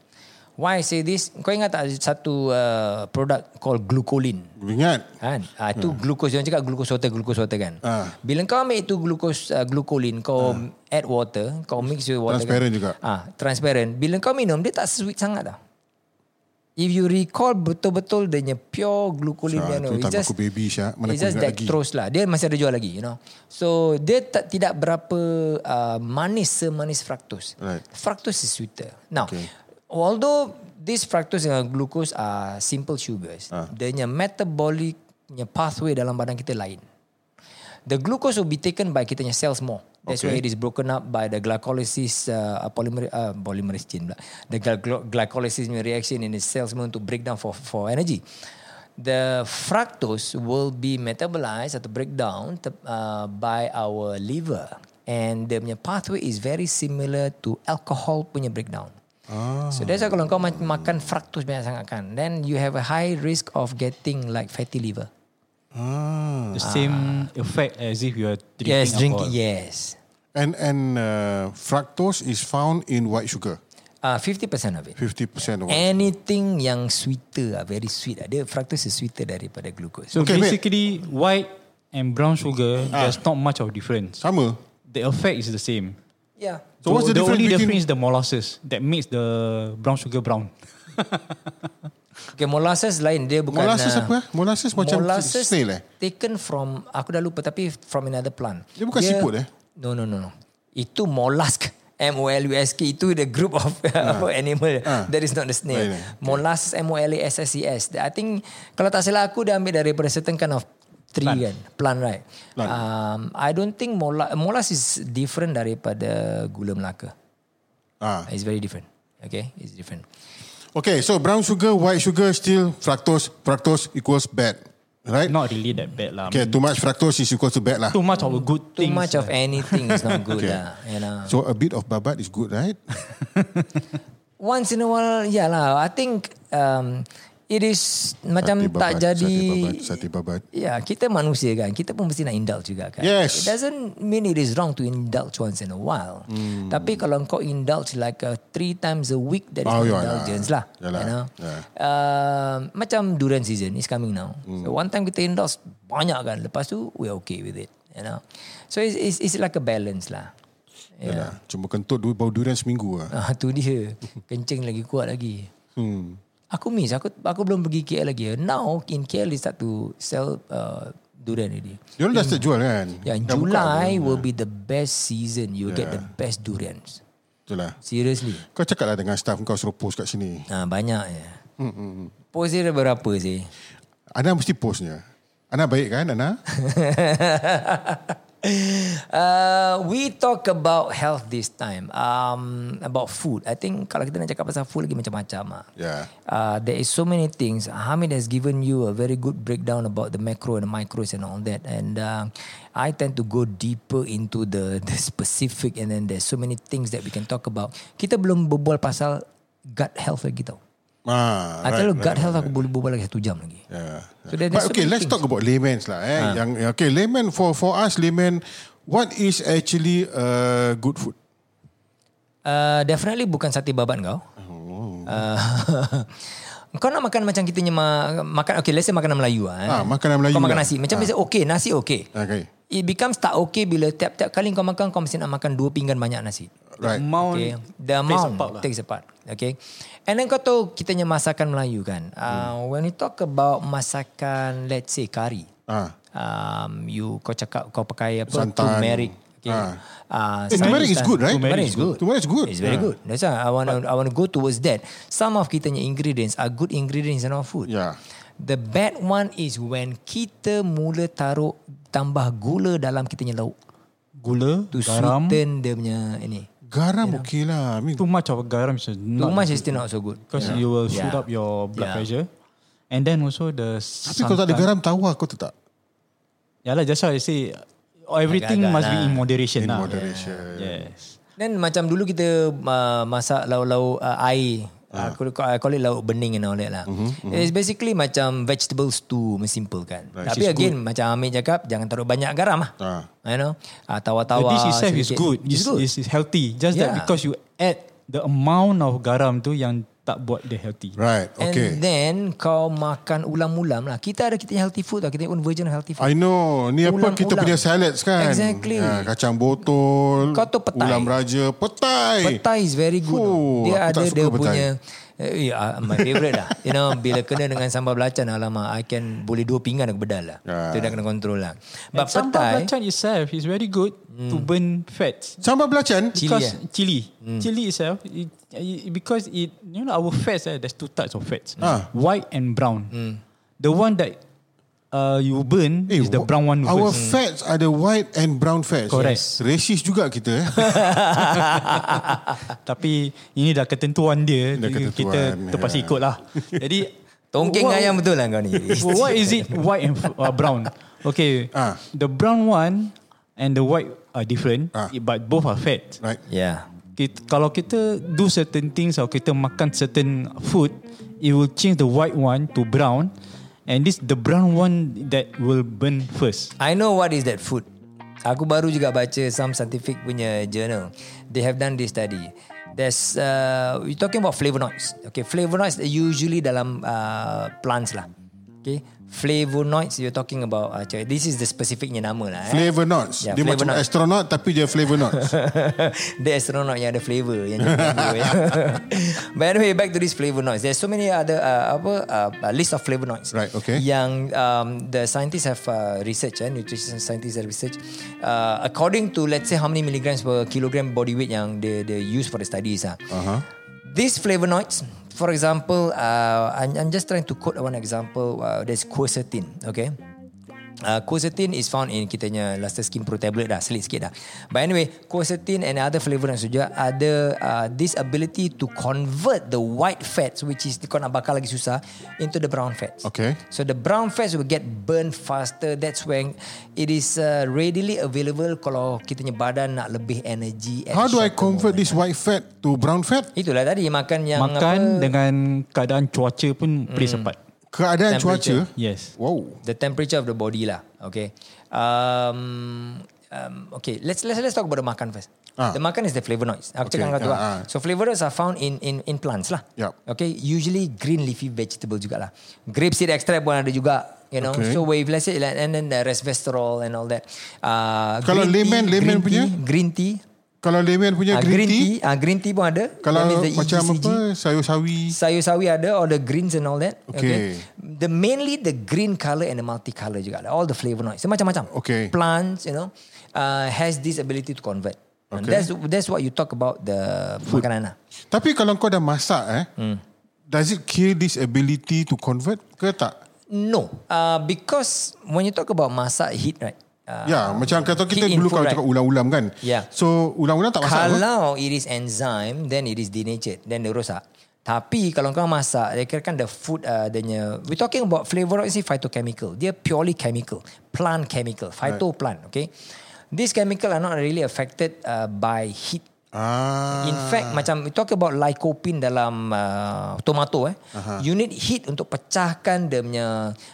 S3: Why I say this? Kau ingat tak satu uh, produk called glucolin?
S1: Ingat.
S3: Kan? Ha, itu glukos yang cakap glukos water glukos water kan.
S1: Hmm. Ah.
S3: Bila kau ambil itu glukos uh, glukolin kau add water, kau mix with water.
S1: Transparent
S3: kan?
S1: juga.
S3: Ah, transparent. Bila kau minum dia tak sweet sangat tau. If you recall betul-betul dia punya pure glucolin
S1: Syak,
S3: dia tu.
S1: tu time aku baby, Syak. Mana
S3: it's
S1: aku
S3: just
S1: ingat lagi.
S3: dextrose lah. Dia masih ada jual lagi, you know. So, dia tak, tidak berapa uh, manis semanis fructose.
S1: Right.
S3: Fructose is sweeter. Now,
S1: Okay.
S3: okay. although this fructose dengan glucose are simple sugars,
S1: Ah.
S3: uh. dia punya metabolic punya pathway dalam badan kita lain. The glucose will be taken by kita punya cells more. That's
S1: Okay.
S3: okay. why it is broken up by the glycolysis uh, polymer uh, polymerase chain pula. The gly- gly- glycolysis punya reaction in the cells more to break down for for energy. The fructose will be metabolized atau breakdown uh, by our liver and the punya pathway is very similar to alcohol punya breakdown. Ah. So that's why kalau kau ma- makan fructose banyak sangat kan, then you have a high risk of getting like fatty liver.
S1: Ah.
S2: The same effect as if you are drinking
S3: yes, drink
S2: alcohol.
S3: yes.
S1: And and uh, fructose is found in white sugar.
S3: Uh, 50% of it.
S1: 50% of white.
S3: Anything yang sweeter, ah, very sweet. ah. Dia fructose is sweeter daripada glucose.
S2: So
S3: So,
S1: Okay,
S2: okay,
S1: wait. Ah.
S2: basically, white and brown sugar, there's not much of difference.
S1: Sama.
S2: The effect is the same.
S3: yeah.
S1: So what's the
S2: the
S1: difference
S2: only
S1: between-
S2: difference is the molasses that makes the brown sugar brown.
S3: Okay, molasses lain. Dia bukan...
S1: Molasses
S3: ah,
S1: apa, eh? Molasses macam snail, eh?
S3: taken from... Aku dah lupa tapi from another plant.
S1: Dia bukan siput, eh?
S3: No, no, no. no. Itu mollusk. M-O-L-U-S-K. Itu the group of
S1: Ah.
S3: apa animal. That is not the snail.
S1: Lain, eh?
S3: Molasses, M-O-L-A-S-S-E-S. E I think... Kalau tak salah aku dah ambil daripada certain kind of tree plant. kan. Plant, right?
S1: Plant.
S3: Um, I don't think mola, molasses is different daripada gula Melaka.
S1: Ah.
S3: It's very different. Okay, it's different.
S1: Okay, so brown sugar, white sugar, still fructose. Fructose equals bad. Right?
S2: Not really that bad lah.
S1: Okay, too much fructose is equal to bad lah.
S2: Too much of a good
S3: Too
S2: thing.
S3: much of anything is not good
S1: Okay.
S3: lah. You know.
S1: So a bit of babat is good, right?
S3: Once in a while, yeah lah. I think um, it is macam
S1: babat,
S3: tak jadi.
S1: sate babat, sate babat.
S3: Ya, yeah, kita manusia kan. Kita pun mesti nak indulge juga kan.
S1: Yes.
S3: It doesn't mean it is wrong to indulge once in a while.
S1: Hmm.
S3: Mm. Tapi kalau kau indulge like uh, three times a week, that is
S1: Oh,
S3: oh,
S1: yeah,
S3: indulgence
S1: yeah.
S3: lah.
S1: Yalah,
S3: You know?
S1: yeah. Hmm.
S3: Uh, macam durian season is coming now. Mm. So one time kita indulge banyak kan. Lepas tu, we are okay with it. You know. So it's, it's, it's like a balance lah.
S1: Yeah. Yalah. Cuma kentut du- bau durian seminggu lah.
S3: Ah, tu dia. Kencing lagi kuat lagi. Hmm. Aku miss. Aku aku belum pergi KL lagi. Now in KL they start to sell uh, durian already.
S1: Dia orang dah start jual kan?
S3: Yeah, Ya, in
S1: Dah buka
S3: July
S1: pun.
S3: will be the best season. You yeah. get the best durians.
S1: Betul lah.
S3: Seriously.
S1: Kau cakap lah dengan staff kau suruh post kat sini.
S3: Ah banyak ya. Hmm, Post dia berapa sih?
S1: Ana mesti postnya. Ana baik kan Ana?
S3: Uh, we talk about health this time. Um, about food. I think kalau kita nak cakap pasal food lagi macam-macam ah.
S1: yeah.
S3: Uh, there is so many things. Hamid has given you a very good breakdown about the macro and the micros and all that. And uh, I tend to go deeper into the, the specific and then there's so many things that we can talk about. Kita belum berbual pasal gut health lagi tau.
S1: Ah,
S3: I tell you gut health aku boleh berbual lagi satu jam lagi.
S1: Yeah.
S3: So
S1: But
S3: there- there's so
S1: okay,
S3: many
S1: let's
S3: things. Ah.
S1: talk about layman's lah. Eh. Yang okay, layman for for us layman, what is actually uh, good food?
S3: Uh, definitely bukan sate babat kau. Oh. Uh, kau nak makan macam kita punya ma- makan okay let's say makanan Melayu ah. eh.
S1: Ah, makanan Melayu
S3: Kau makan
S1: lah.
S3: nasi. Macam biasa okay, nasi okay.
S1: Okay,
S3: It becomes tak okay bila tiap-tiap kali kau makan kau mesti nak makan dua pinggan banyak nasi.
S1: right.
S2: Amount
S3: Okay. The
S2: plays a
S3: amount
S2: part lah.
S3: takes a part. Okay. And then kau tahu kitanya masakan Melayu kan.
S1: Hmm.
S3: Uh, When we talk about masakan let's say kari.
S1: Ah,
S3: Um, you kau cakap kau pakai apa
S1: Santan.
S3: turmeric. Okay.
S1: Ah.
S3: Uh,
S1: Eh, turmeric is good, right?
S3: Turmeric is good.
S1: Turmeric is good.
S3: It's very
S1: Yeah.
S3: good. That's why I want I want to go towards that. Some of kitanya ingredients are good ingredients in our food.
S1: yeah.
S3: The bad one is when kita mula taruh tambah gula dalam kitanya lauk.
S2: Gula,
S3: To
S2: garam.
S3: sweeten dia punya ini.
S1: Garam okey lah. I mean,
S2: Too much of garam is
S3: Too
S2: not
S3: much is still not so good.
S2: because you will shoot
S3: Yeah.
S2: up your blood
S3: Yeah.
S2: pressure. And then also the
S1: tapi kalau tak ada garam tawar kau tu tak?
S2: Yeah, lah, that's why I say everything
S3: Agak-agak
S2: must be
S3: lah.
S2: in moderation.
S1: In
S2: lah.
S1: moderation.
S2: Yes.
S3: Then macam dulu kita uh, masak lauk-lauk uh, air. Uh. Aku I call it lauk bening and all that lah. Mm-hmm, It's basically macam vegetable stew simple kan.
S1: Right.
S3: Right. Tapi again good. macam Amir cakap jangan taruh banyak garam lah.
S1: Ah.
S3: You know, uh,
S2: The
S3: tawar-tawar.
S2: dish itself is
S3: sedikit.
S2: good.
S3: It's
S2: It's,
S3: good.
S2: it's, it's healthy. Just that
S3: Yeah.
S2: because you add the amount of garam tu yang tak buat dia healthy.
S1: Right.
S3: And
S1: Okay.
S3: then kau makan ulam-ulam lah. Kita ada kita healthy food tau. Kita own version healthy food.
S1: I know. Ni apa
S3: Ulam,
S1: kita
S3: ulam.
S1: punya salads kan?
S3: Exactly.
S1: Ah, kacang botol.
S3: Kau tu petai.
S1: Ulam raja. Petai.
S3: Petai is very
S1: Eh.
S3: good.
S1: Fuh, aku
S3: Oh, dia
S1: tak
S3: ada
S1: suka
S3: dia
S1: petai.
S3: punya Eh, yeah, my favourite lah. You know, bila kena dengan sambal belacan, alamak, I can boleh dua pinggan aku bedal lah.
S1: Ah.
S3: Itu dah kena kontrol lah. But
S2: Sambal
S3: petai, Hmm.
S2: belacan itself is very good mm. to burn fats.
S1: Sambal belacan?
S3: Cili,
S2: because
S3: eh?
S2: chili,
S1: Hmm.
S2: chili itself, it, it, because it, you know, our fats. Eh, there's two types of fats:
S1: Ah. Hmm.
S2: white and brown. The one that uh, you burn is the
S1: wh-
S2: brown one
S1: Eh, Our
S2: first.
S1: fats are the white and brown fats.
S2: Correct.
S1: Yes. Racist juga kita eh.
S2: Tapi ini dah ketentuan dia,
S1: Dah
S2: kita-
S1: ketentuan,
S2: kita
S1: ya.
S2: terpaksa ikut lah. Jadi
S3: tongking
S2: what-
S3: ayam betul lah kau ni.
S2: Well, what is it white and uh, brown? Okay,
S1: Ah.
S2: the brown one and the white are different,
S1: Ah.
S2: but both are fat.
S1: right.
S3: Yeah.
S2: Kita, kalau kita do certain things or kita makan certain food, it will change the white one to brown, and this the brown one that will burn first.
S3: I know what is that food. Aku baru juga baca some scientific punya journal. They have done this study. There's uh, we talking about flavonoids. Okay, flavonoids are usually dalam uh, plants lah. Okay, flavonoids you're talking about. Uh, Choi. this is the specificnya nama lah. Eh.
S1: Flavor notes.
S3: Ya,
S1: dia
S3: flavor
S1: macam
S3: notes.
S1: astronaut tapi dia flavor notes.
S3: the astronaut yang ada flavor yang jadi flavor, eh. But anyway, back to this flavonoids. There's so many other uh, apa uh, uh, list of flavonoids.
S1: Right, okay.
S3: Yang um, the scientists have uh, research, eh, nutrition scientists have research. Uh, according to let's say how many milligrams per kilogram body weight yang they they use for the studies ah. Uh-huh. These flavonoids, for example, uh, I'm, I'm just trying to quote one example. Uh, there's quercetin, okay? Uh, quercetin is found in kitanya luster skin pro tablet dah selit sikit dah but anyway quercetin and other flavour dan juga ada uh, this ability to convert the white fats which is kau nak bakar lagi susah into the brown fats
S1: Okay.
S3: So the brown fats will get burned faster. That's when it is uh, readily available kalau kitanya badan nak lebih energy. at
S1: How
S3: a
S1: do I
S3: shorter
S1: convert this white fat to brown fat?
S3: moment. Itulah tadi makan yang
S2: Makan
S3: apa, Hmm.
S2: dengan keadaan cuaca pun pretty sepat.
S1: Keadaan cuaca.
S3: Temperature.
S2: Yes.
S1: Wow.
S3: the temperature of the body lah. Okay. Um, um, okay. Let's let's let's talk about the makan first.
S1: Ah.
S3: The makan is the flavonoids. Aku
S1: Okay,
S3: cakap dengan kau
S1: ah,
S3: tu lah.
S1: ah.
S3: So flavonoids are found in in in plants lah.
S1: Yup.
S3: Okay. Usually green leafy vegetable juga lah. Grape seed extract pun ada juga. You know.
S1: Okay.
S3: So wave let's say like, and then the resveratrol and all that. Uh,
S1: Kalau lemon, lemon
S3: green
S1: punya?
S3: Tea, green tea.
S1: Kalau layman punya
S3: Ah,
S1: green, tea,
S3: Ah, green tea pun ada.
S1: kalau
S3: That means the E
S1: macam
S3: EGCG
S1: apa sayur sawi.
S3: sayur sawi ada all the greens and all that
S1: Okay.
S3: the mainly the green color and the multicolor juga lah. all the flavonoids so, macam-macam
S1: Okay.
S3: plants you know uh, has this ability to convert okay. and
S1: Okay.
S3: that's that's what you talk about the makanan lah
S1: Tapi kalau kau dah masak eh,
S3: Hmm.
S1: does it kill this ability to convert ke tak?
S3: no uh, because when you talk about masak heat right uh,
S1: Ya, macam kata kita
S3: key
S1: dulu
S3: input,
S1: kalau
S3: right.
S1: cakap ulam-ulam kan.
S3: Ya.
S1: So, ulam-ulam tak masak apa?
S3: Kalau it is enzyme, then it is denatured, then dia rosak. Tapi kalau kau masak, dia kira kan the food uh, adanya. We talking about flavonoid is phytochemical. Dia purely chemical, plant chemical, phytoplant, okay? These chemical are not really affected uh, by heat.
S1: Ah.
S3: In fact, macam we talk about lycopene dalam uh, tomato eh. Uh-huh. You need heat untuk pecahkan dia punya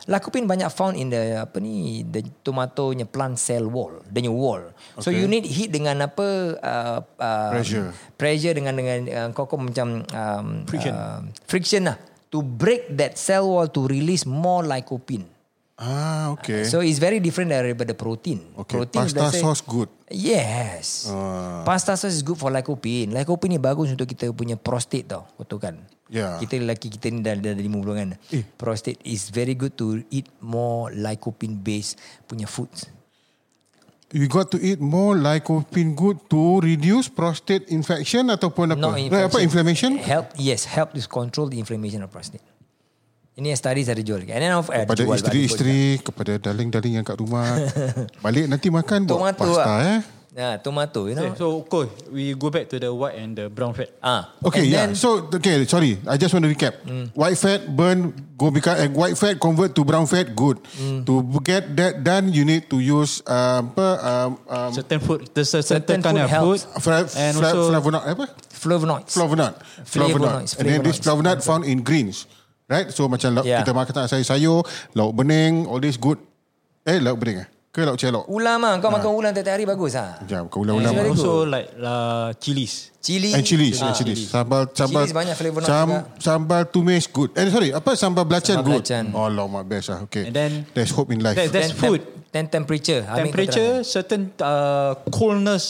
S3: lycopene banyak found in the apa ni the tomato punya plant cell wall, the new wall. So
S1: Okay.
S3: you need heat dengan apa uh, uh,
S1: Pressure.
S3: pressure dengan dengan uh, kau kau macam um, friction. Uh, friction lah to break that cell wall to release more lycopene.
S1: Ah, okay.
S3: So it's very different daripada protein.
S1: okay.
S3: Protein
S1: Pasta
S3: let's say-
S1: sauce good.
S3: Yes.
S1: Ah.
S3: Uh. Pasta sauce is good for lycopene. Lycopene ni bagus untuk kita punya prostate tau. Kau tahu kan?
S1: Yeah.
S3: Kita lelaki kita ni dah, dah 50 kan? Eh. Prostate is very good to eat more lycopene based punya foods.
S1: You got to eat more lycopene good to reduce prostate infection ataupun apa?
S3: No
S1: Eh, Apa inflammation?
S3: Help, yes, help to control the inflammation of prostate. Ini yang studies ada jual. And then of, eh,
S1: Pada
S3: jual, ada jual juga.
S1: isteri-isteri, kepada darling-darling yang kat rumah. Balik nanti makan buat
S3: Tomato
S1: pasta eh.
S3: Nah, Ah, tomato, you
S2: Okay,
S3: know.
S2: Eh, so okay, we go back to the white and the brown fat.
S3: Ah,
S1: Okay, ya. yeah.
S3: and Then,
S1: so, okay, sorry. I just want to recap. White fat burn, go become eh, white fat convert to brown fat. Good. To get that done, you need to use um, apa um, um,
S2: Certain food, there's a certain,
S3: Certain
S2: kind
S3: food
S2: of
S3: helps.
S2: food,
S1: fla-
S2: and
S1: fla-
S2: also
S1: flavonoid apa?
S3: flavonoids.
S1: Flavonoid.
S3: Flavonoids,
S1: And then this flavonoid
S3: flavonoids.
S1: found in greens. Right? So macam lauk,
S3: Yeah.
S1: kita makan tak sayur-sayur, lauk bening, all this good. Eh, lauk bening eh? Ke lauk celok?
S3: ulam ah, kau makan ulam tiap-tiap hari bagus ah.
S1: Sekejap, kau ulang-ulang.
S3: Very
S2: also like uh, chilies.
S3: Cili.
S1: And chilies,
S3: Ah.
S1: and chilies. Sambal, sambal,
S3: Chilies banyak flavonoid juga.
S1: sambal tumis good. Eh sorry, apa sambal belacan
S3: Sambal
S1: good.
S3: belacan.
S1: Oh, lama best lah. Okay.
S2: And then-
S1: there's hope in life.
S2: There- there's
S3: Then
S2: food.
S3: Then temperature. Ambil
S2: temperature, certain uh, coolness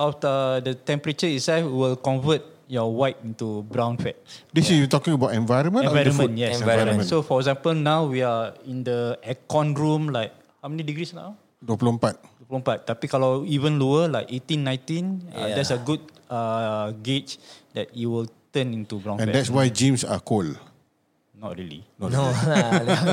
S2: of the, the temperature itself will convert your white into brown fat.
S1: This is you talking about environment, or the
S2: environment,
S1: food?
S2: yes, environment.
S3: Environment.
S2: So for example, now we are in the aircon room like how many degrees now?
S1: 24.
S2: 24. Tapi kalau even lower like 18, 19, yeah. uh,
S3: Yeah.
S2: that's a good uh, gauge that you will turn into brown
S1: And
S2: fat.
S1: that's why gyms are cold.
S2: Not really.
S3: No lah.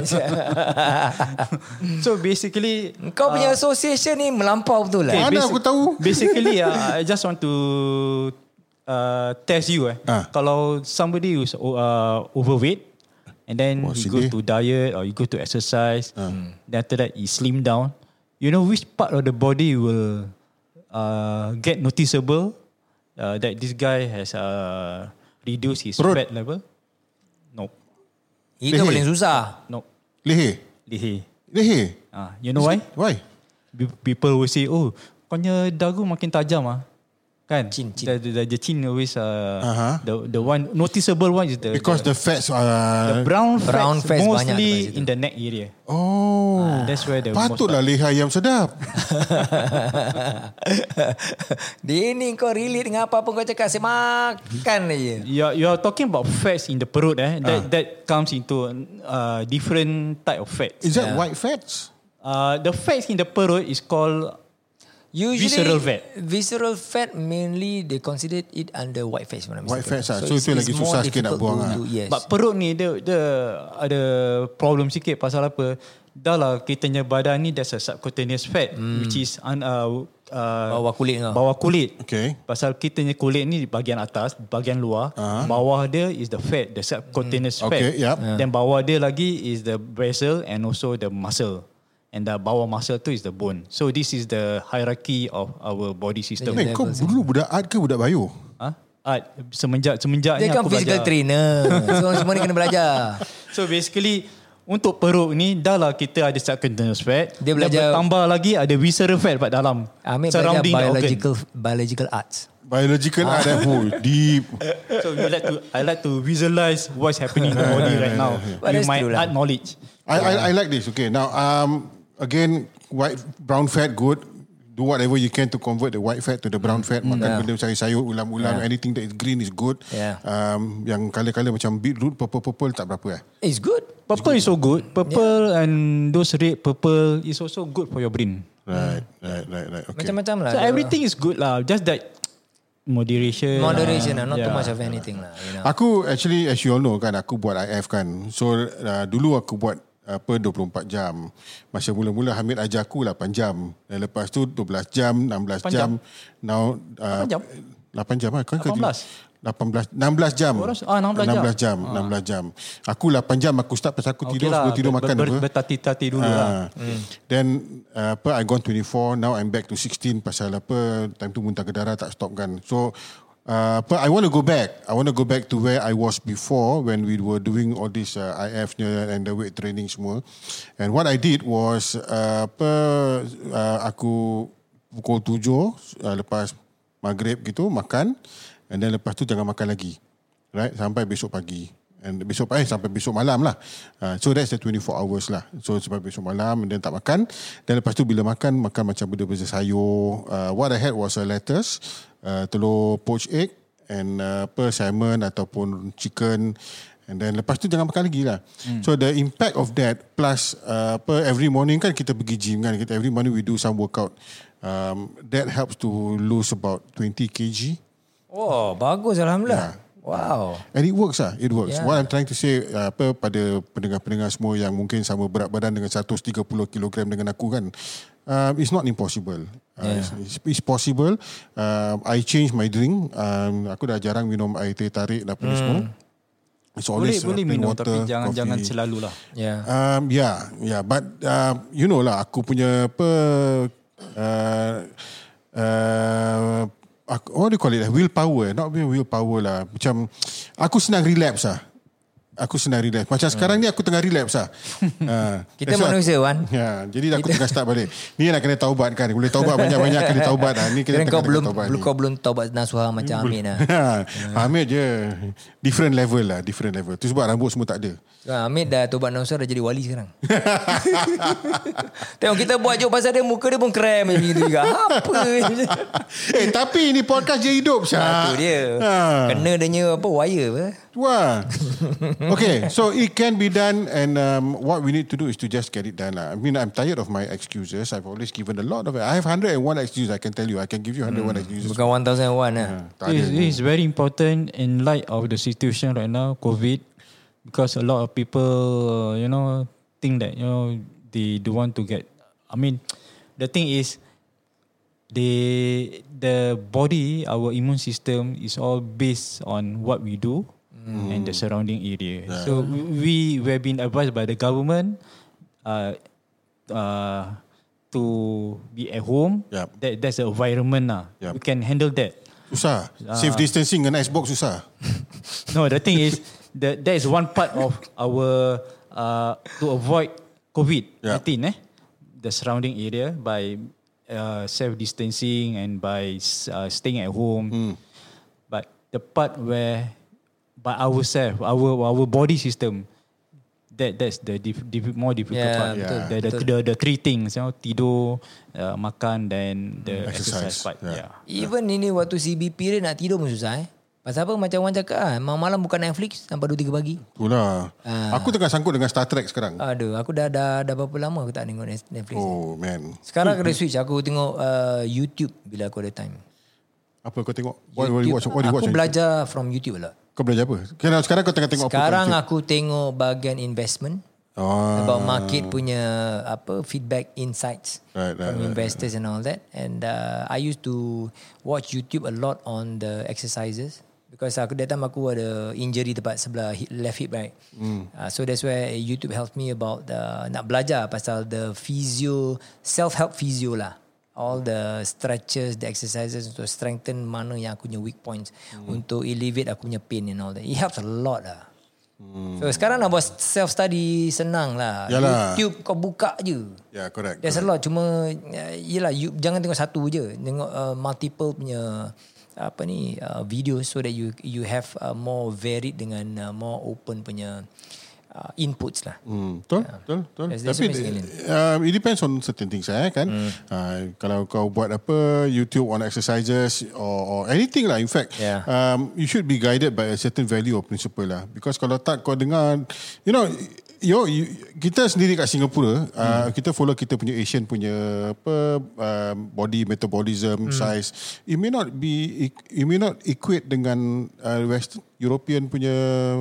S2: so basically,
S3: Kau punya association ni melampau betul lah.
S1: Eh, Mana aku tahu?
S2: Basically, uh, I just want to uh, test you. Eh.
S1: Ah.
S2: Kalau somebody who's uh, overweight and then
S1: Wah,
S2: you go
S1: sedih. Ha.
S2: to diet or you go to exercise, then after that you slim down, you know which part of the body will uh, get noticeable uh, that this guy has uh, reduced his
S1: Perut.
S2: fat level? No,
S3: Itu
S1: Leher.
S3: paling susah.
S2: no.
S1: Leher.
S2: Leher.
S1: Leher.
S2: Ah, you know why?
S1: Why?
S2: Be- people will say, oh, konya dagu makin tajam ah. Kan?
S3: Chin, chin.
S2: The, the, the, the chin always, uh,
S1: Aha.
S2: uh-huh. the, the one, noticeable one is the,
S1: Because uh, the fats
S2: the, the
S1: are...
S2: brown,
S3: Brown
S2: brown fats,
S3: fats banyak dekat
S2: mostly
S3: situ.
S2: in the neck area. Uh,
S1: Oh.
S2: That's where the most
S1: Patutlah leher ayam sedap.
S3: Dia ni kau relate dengan apa pun kau cakap. Saya makan je.
S2: You are, you are talking about fats in the perut eh.
S1: Ah.
S2: That, that comes into uh, different type of fats.
S1: Is that white fats?
S2: Uh, the fats in the perut is called
S3: Usually,
S2: Visceral fat.
S3: Visceral fat mainly they considered it under white fat. sebenarnya.
S1: White fat lah. So,
S3: it's-
S1: itu
S3: it's
S1: lagi
S3: more
S1: susah sikit nak
S3: difficult
S1: buang
S3: to
S1: lah.
S3: do, Yes.
S2: But perut ni dia, dia ada problem sikit pasal apa? Dah lah kitanya badan ni there's a subcutaneous fat hmm. which is un, uh, uh,
S3: Bawah kulit lah. kau.
S2: Bawah kulit.
S1: Okay.
S2: Pasal kitanya kulit ni di bahagian atas, bahagian luar. Uh-huh. Bawah dia is the fat, the subcutaneous
S1: Hmm.
S2: fat.
S1: Okay, yup.
S2: Then bawah dia lagi is the vessel and also the muscle. And the bawah muscle tu is the bone. So this is the hierarchy of our body system.
S1: Wait, kau dulu budak art ke budak bio?
S2: Ha? Art semenjak semenjak ni
S3: dia kan
S2: aku
S3: physical
S2: belajar.
S3: trainer. So semua ni kena belajar.
S2: So basically untuk perut ni dah lah kita ada subcutaneous fat.
S3: Dia belajar- Ah,
S2: tambah lagi ada visceral fat kat dalam.
S3: Amir belajar
S2: the organ.
S3: biological biological arts.
S1: Biological art eh. Oh, deep.
S2: So we like to I like to visualize what's happening in the body right now
S3: But
S2: with
S3: that's
S2: my
S3: true lah.
S2: art knowledge.
S1: I, I, I like this. Okay, now um, again, white brown fat good. Do whatever you can to convert the white fat to the brown fat. Makan
S3: Yeah.
S1: benda macam sayur, ulam-ulam,
S3: Yeah.
S1: anything that is green is good.
S3: Yeah.
S1: Um, yang colour-colour macam beetroot, purple-purple tak berapa eh.
S3: It's good.
S2: Purple is so good. Purple yeah. and those red purple is also good for your brain.
S1: Right, right, right, right. Okay.
S3: Macam-macam lah.
S2: So everything is good lah. Just that moderation.
S3: moderation lah, not too
S2: Yeah.
S3: much of anything lah. You know.
S1: Aku actually as you all know kan aku buat IF kan. So uh, dulu aku buat apa 24 jam. Masa mula-mula Hamid ajar aku 8 jam. Dan lepas tu 12 jam, 16 jam.
S2: jam?
S1: Now uh,
S2: 8 jam?
S1: 8 jam lah. Kan
S2: 18?
S1: 18 16 jam.
S2: Orang- ah, 16 jam.
S1: 16 jam, 16 jam. Aku 8 jam aku start pasal aku tidur sebelum tidur makan
S2: lah, ber,
S1: apa.
S2: ber, Bertati-tati dulu lah.
S1: Ah. Then uh, apa I gone 24 now I'm back to 16 pasal apa time tu muntah ke darah tak stop kan. So uh, apa I want to go back. I want to go back to where I was before when we were doing all this uh, IF nya and the weight training semua. And what I did was uh, apa uh, aku pukul 7 uh, lepas maghrib gitu makan and then lepas tu jangan makan lagi right sampai besok pagi and besok pagi eh, sampai besok malam lah uh, so that's the 24 hours lah so sampai besok malam and then tak makan dan lepas tu bila makan makan macam benda-benda sayur uh, what I had was a lettuce uh, telur poached egg and uh, apa salmon ataupun chicken and then lepas tu jangan makan lagi lah hmm. so the impact of that plus uh, apa every morning kan kita pergi gym kan kita every morning we do some workout um, that helps to lose about 20 kg
S3: Wow, bagus
S1: Ya.
S3: Alhamdulillah. Wow.
S1: And it works lah. It works. Yeah.
S3: Yeah.
S1: What I'm trying to say uh, apa pada pendengar-pendengar semua yang mungkin sama berat badan dengan 130 kg dengan aku kan. Um, it's not impossible. Uh, yeah. it's, it's, it's possible. Um, I change my drink. Um, aku dah jarang minum air teh tarik dan apa ni semua. It's
S2: Hmm. Boleh,
S1: always uh,
S2: boleh
S1: plain
S2: minum
S1: water,
S2: tapi jangan
S1: coffee.
S2: jangan selalu lah.
S3: Yeah.
S1: Um, yeah, yeah. But uh, you know lah, aku punya apa, uh, uh, aku, what do you call it? Willpower, not really willpower lah. Macam, aku senang relapse lah. Aku senang relax. Macam sekarang ni aku tengah relax lah. ha.
S3: Kita
S1: That's why-
S3: manusia, Wan.
S1: Ya, jadi aku tengah start balik. Ni lah kena taubat kan. Boleh taubat banyak-banyak kena taubat lah. Ni
S3: Kira
S1: kena
S3: kau
S1: tengah-tengah
S3: belum
S1: taubat ni.
S3: kau belum taubat nasuha macam Amin lah.
S1: Ha, Amir je Different level lah Different level Tu sebab rambut semua tak ada
S3: Ha, Amin dah taubat nasuha dah jadi wali sekarang. Tengok kita buat joke pasal dia muka dia pun krem macam gitu juga. Apa?
S1: Eh tapi ini podcast je hidup
S3: ha,
S1: Syah
S3: tu dia.
S1: ha.
S3: Kena dia punya apa wire apa.
S1: Wah. Okay, so it can be done, and um, what we need to do is to just get it done. lah. I mean, I'm tired of my excuses. I've always given a lot of. I have 101 excuses. I can tell you. I can give you 101
S3: Hmm.
S1: excuses.
S3: Bukan 1001 lah.
S1: Tak ada.
S2: It is, it is very important in light of the situation right now, COVID, because a lot of people, uh, you know, think that you know they don't want to get. I mean, the thing is, the the body, our immune system is all based on what we do
S1: Hmm.
S2: and the surrounding area. So we we have been advised by the government, uh, uh, to be at home.
S1: Yup.
S2: That that's the environment lah.
S1: Yup.
S2: We can handle that.
S1: Susah.
S3: Ah.
S1: Safe distancing dengan Xbox susah.
S2: No, the thing is that that is one part of our uh, to avoid COVID nineteen. Eh, the surrounding area by uh, self distancing and by s- uh, staying at home. But the part where by ourselves, our our body system, that that's the diff, diff, more difficult
S3: Yeah,
S2: part. the,
S3: betul,
S2: the,
S3: betul.
S2: the the three things, you know, tidur, uh, makan, then the
S1: Exercise,
S2: exercise, part.
S1: yeah.
S2: yeah.
S3: Even ini waktu CBP dia nak tidur pun susah eh. Pasal apa macam Wan cakap ah, memang malam bukan Netflix sampai 2 3 pagi.
S1: Itulah.
S3: Ah.
S1: Aku tengah sangkut dengan Star Trek sekarang.
S3: Aduh, aku dah dah dah berapa lama aku tak tengok Netflix.
S1: Oh
S3: Oh.
S1: man.
S3: Sekarang aku dah switch aku tengok uh, YouTube bila aku ada time.
S1: Apa kau tengok? What, what you watch? What you watch? on
S3: aku
S1: YouTube?
S3: belajar from YouTube lah.
S1: Kau belajar apa? Sekarang, sekarang kau tengah tengok
S3: Sekarang
S1: apa? kat
S3: aku tengok bahagian investment
S1: YouTube? Ah,
S3: about market punya apa feedback insights
S1: Right, right,
S3: from
S1: right,
S3: investors and all that. And uh, I used to watch YouTube a lot on the exercises because aku that time aku ada injury tempat sebelah hip, left hip right. Mm.
S1: Hmm.
S3: Uh, so that's where YouTube helped me about the, nak belajar pasal the physio self help physio lah. All the stretches, the exercises untuk strengthen mana yang aku punya weak points
S1: Hmm.
S3: mm. untuk alleviate aku punya pain and all that. It helps a lot lah. So sekarang nak buat self study senang lah.
S1: Yalah.
S3: YouTube kau buka je.
S1: yeah, Ya, correct.
S3: There's a lot cuma uh, yelah you jangan tengok satu je tengok uh, multiple punya apa ni uh, video so that you you have uh, more varied dengan uh, more open punya uh, inputs lah.
S1: Hmm, betul, betul, betul.
S3: That's- that's
S1: Tapi
S3: amazing, Alin.
S1: uh, it depends on certain things eh, kan.
S3: Hmm.
S1: Uh, kalau kau buat apa YouTube on exercises or, or anything lah in fact.
S3: Yeah.
S1: Um, you should be guided by a certain value or principle lah. Because kalau tak kau dengar, you know, Yo, you, kita sendiri kat Singapura, uh,
S3: Hmm.
S1: kita follow kita punya Asian punya apa um, body metabolism,
S3: Hmm.
S1: size. It may not be, it may not equate dengan uh, West European punya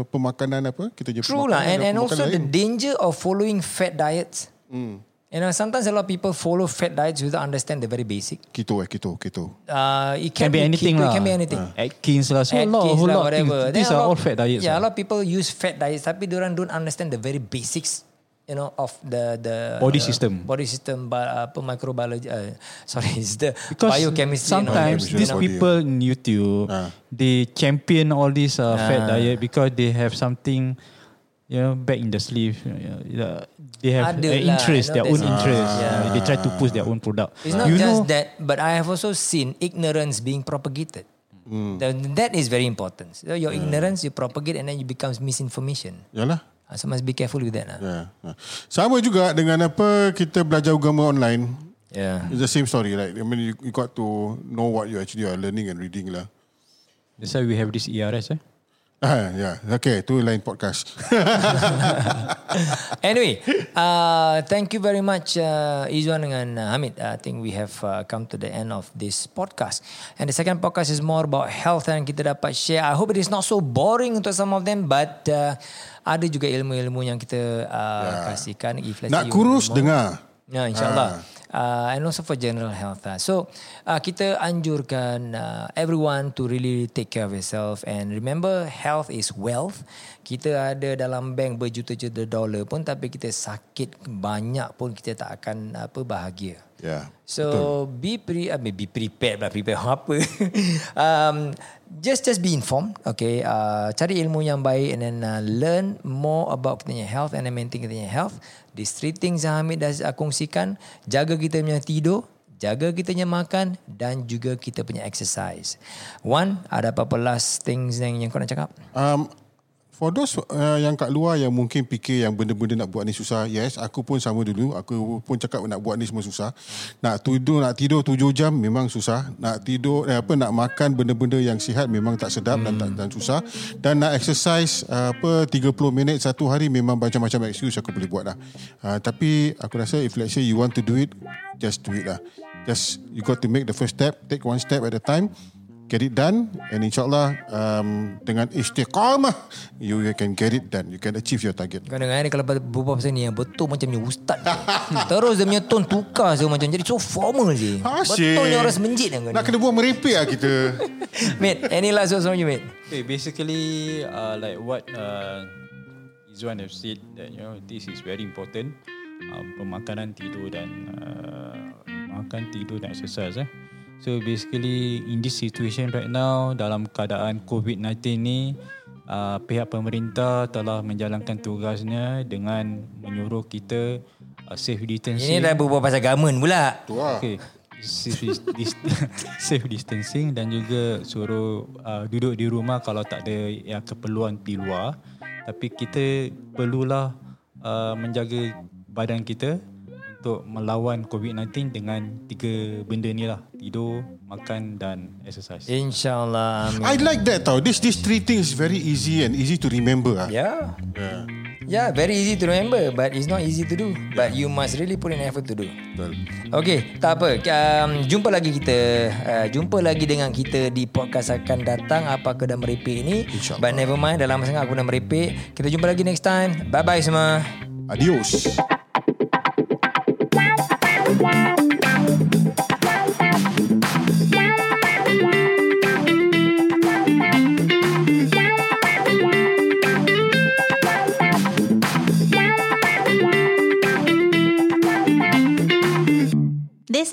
S1: pemakanan apa kita je
S3: True lah and and also the danger of following fat diets.
S1: Hmm.
S3: Mm. You know sometimes a lot of people follow fat diets without understand the very basic.
S1: Keto eh, keto, keto.
S3: Uh, it
S2: Can
S3: can,
S2: be anything
S3: keto,
S2: lah.
S3: It can be
S1: Ah.
S3: anything.
S2: Atkins lah. So a lot, a
S3: Atkins
S2: whole lot.
S3: lah,
S2: of
S3: whatever.
S2: things.
S3: Then
S2: These
S3: a
S2: are
S3: lot-
S2: all fat diets. ah.
S3: Yeah,
S2: lah.
S3: a lot of people use fat diets tapi diorang don't understand the very basics you know of the the
S2: Body
S3: uh,
S2: system.
S3: body system ba- apa microbiology uh, sorry it's the
S2: Because
S3: biochemistry and all that.
S2: sometimes
S1: Biochemistry and
S2: these
S1: all that.
S2: people in YouTube, they champion all this uh, fat
S3: Ah.
S2: diet because they have something, you know, back in the sleeve. Uh, they have uh,
S3: Ada lah,
S2: interest,
S3: you know,
S2: their own
S3: there's-
S2: interest.
S3: Ah.
S2: Uh, they try to push their own product.
S3: It's not
S2: you
S3: just
S2: know,
S3: that, but I have also seen ignorance being propagated. Then That is very important. So your ignorance, you propagate, and then it becomes misinformation.
S1: Yalah.
S3: Uh, So must be careful with that. lah.
S1: Ya. Ha. Sama juga dengan apa kita belajar agama online.
S3: Yeah.
S1: It's the same story right. I mean you, you got to know what you actually are learning and reading lah.
S2: that's why we have this ERS. Eh?
S1: Ah, ya. Yeah. Okay, tu lain podcast.
S3: Anyway, uh, thank you very much uh, Izwan dengan uh, Hamid. I think we have uh, come to the end of this podcast. And the second podcast is more about health and kita dapat share. I hope it is not so boring untuk some of them but uh, ada juga ilmu-ilmu yang kita uh, kasihkan. If let's say
S1: Ya. Nak
S3: you
S1: kurus
S3: want more.
S1: dengar.
S3: Ya insyaallah. Uh, and also for general health. lah. So uh, kita anjurkan uh, everyone to really take care of yourself and remember health is wealth. Kita ada dalam bank berjuta-juta dolar pun tapi kita sakit banyak pun kita tak akan apa bahagia.
S1: Ya. Yeah.
S3: So Betul. be pre I mean, be prepared lah prepare apa. um just just be informed okay uh, cari ilmu yang baik and then uh, learn more about kita punya health and then maintain kita punya health these three things yang Hamid dah uh, kongsikan jaga kita punya tidur jaga kita punya makan dan juga kita punya exercise one ada apa-apa last things yang, yang kau nak cakap
S1: Um, for those uh, yang kat luar yang mungkin fikir yang benda-benda nak buat ni susah, yes, aku pun sama dulu. Aku pun cakap nak buat ni semua susah. Nak tidur, nak tidur tujuh jam memang susah. Nak tidur, eh, apa nak makan benda-benda yang sihat memang tak sedap hmm. dan tak dan susah. Dan nak exercise uh, apa 30 minit satu hari memang macam-macam excuse aku boleh buat lah. Uh, tapi aku rasa if let's say you want to do it, just do it lah. Just you got to make the first step, take one step at a time get it done and insyaallah um, dengan istiqamah you can get it done you can achieve your target
S3: Kau dengar ni kalau berbual pasal ni yang betul macam ni ustaz. Terus dia punya tone tukar so macam jadi so formal je. Betul ni orang semenjit yang kau
S1: nak
S3: ni.
S1: kena buat merepek lah kita
S3: Mate, any last words from you mate?
S2: Hey, Eh, basically, uh, like what uh, Izwan have said, that you know this is very important. Uh, pemakanan, tidur dan uh, makan, tidur dan exercise. Eh. So basically, in this situation right now, dalam keadaan COVID-19 ni, uh, pihak pemerintah telah menjalankan tugasnya dengan menyuruh kita uh, safe distancing.
S3: Ini dah berbual pasal garment pula.
S1: tu lah
S2: Okay. Safe, dis- dis- safe distancing dan juga suruh uh, duduk di rumah kalau tak ada yang keperluan di luar. Tapi kita perlulah uh, menjaga badan kita untuk melawan COVID-19 dengan tiga benda ni lah. Tidur, makan dan exercise.
S3: InsyaAllah. amin.
S1: I like that tau this this three things is very easy and easy to remember ah.
S3: Yeah.
S1: yeah.
S3: Yeah, Ya. very easy to remember but it's not easy to do. But you must really put in effort to do.
S1: Betul.
S3: Okay, tak apa. Um, jumpa lagi kita. Uh, jumpa lagi dengan kita di podcast akan datang. Apa kedai merepek ni.
S1: InsyaAllah.
S3: But never mind. Dalam sangat aku dah merepek. Kita jumpa lagi next time. Bye-bye semua.
S1: adios
S4: This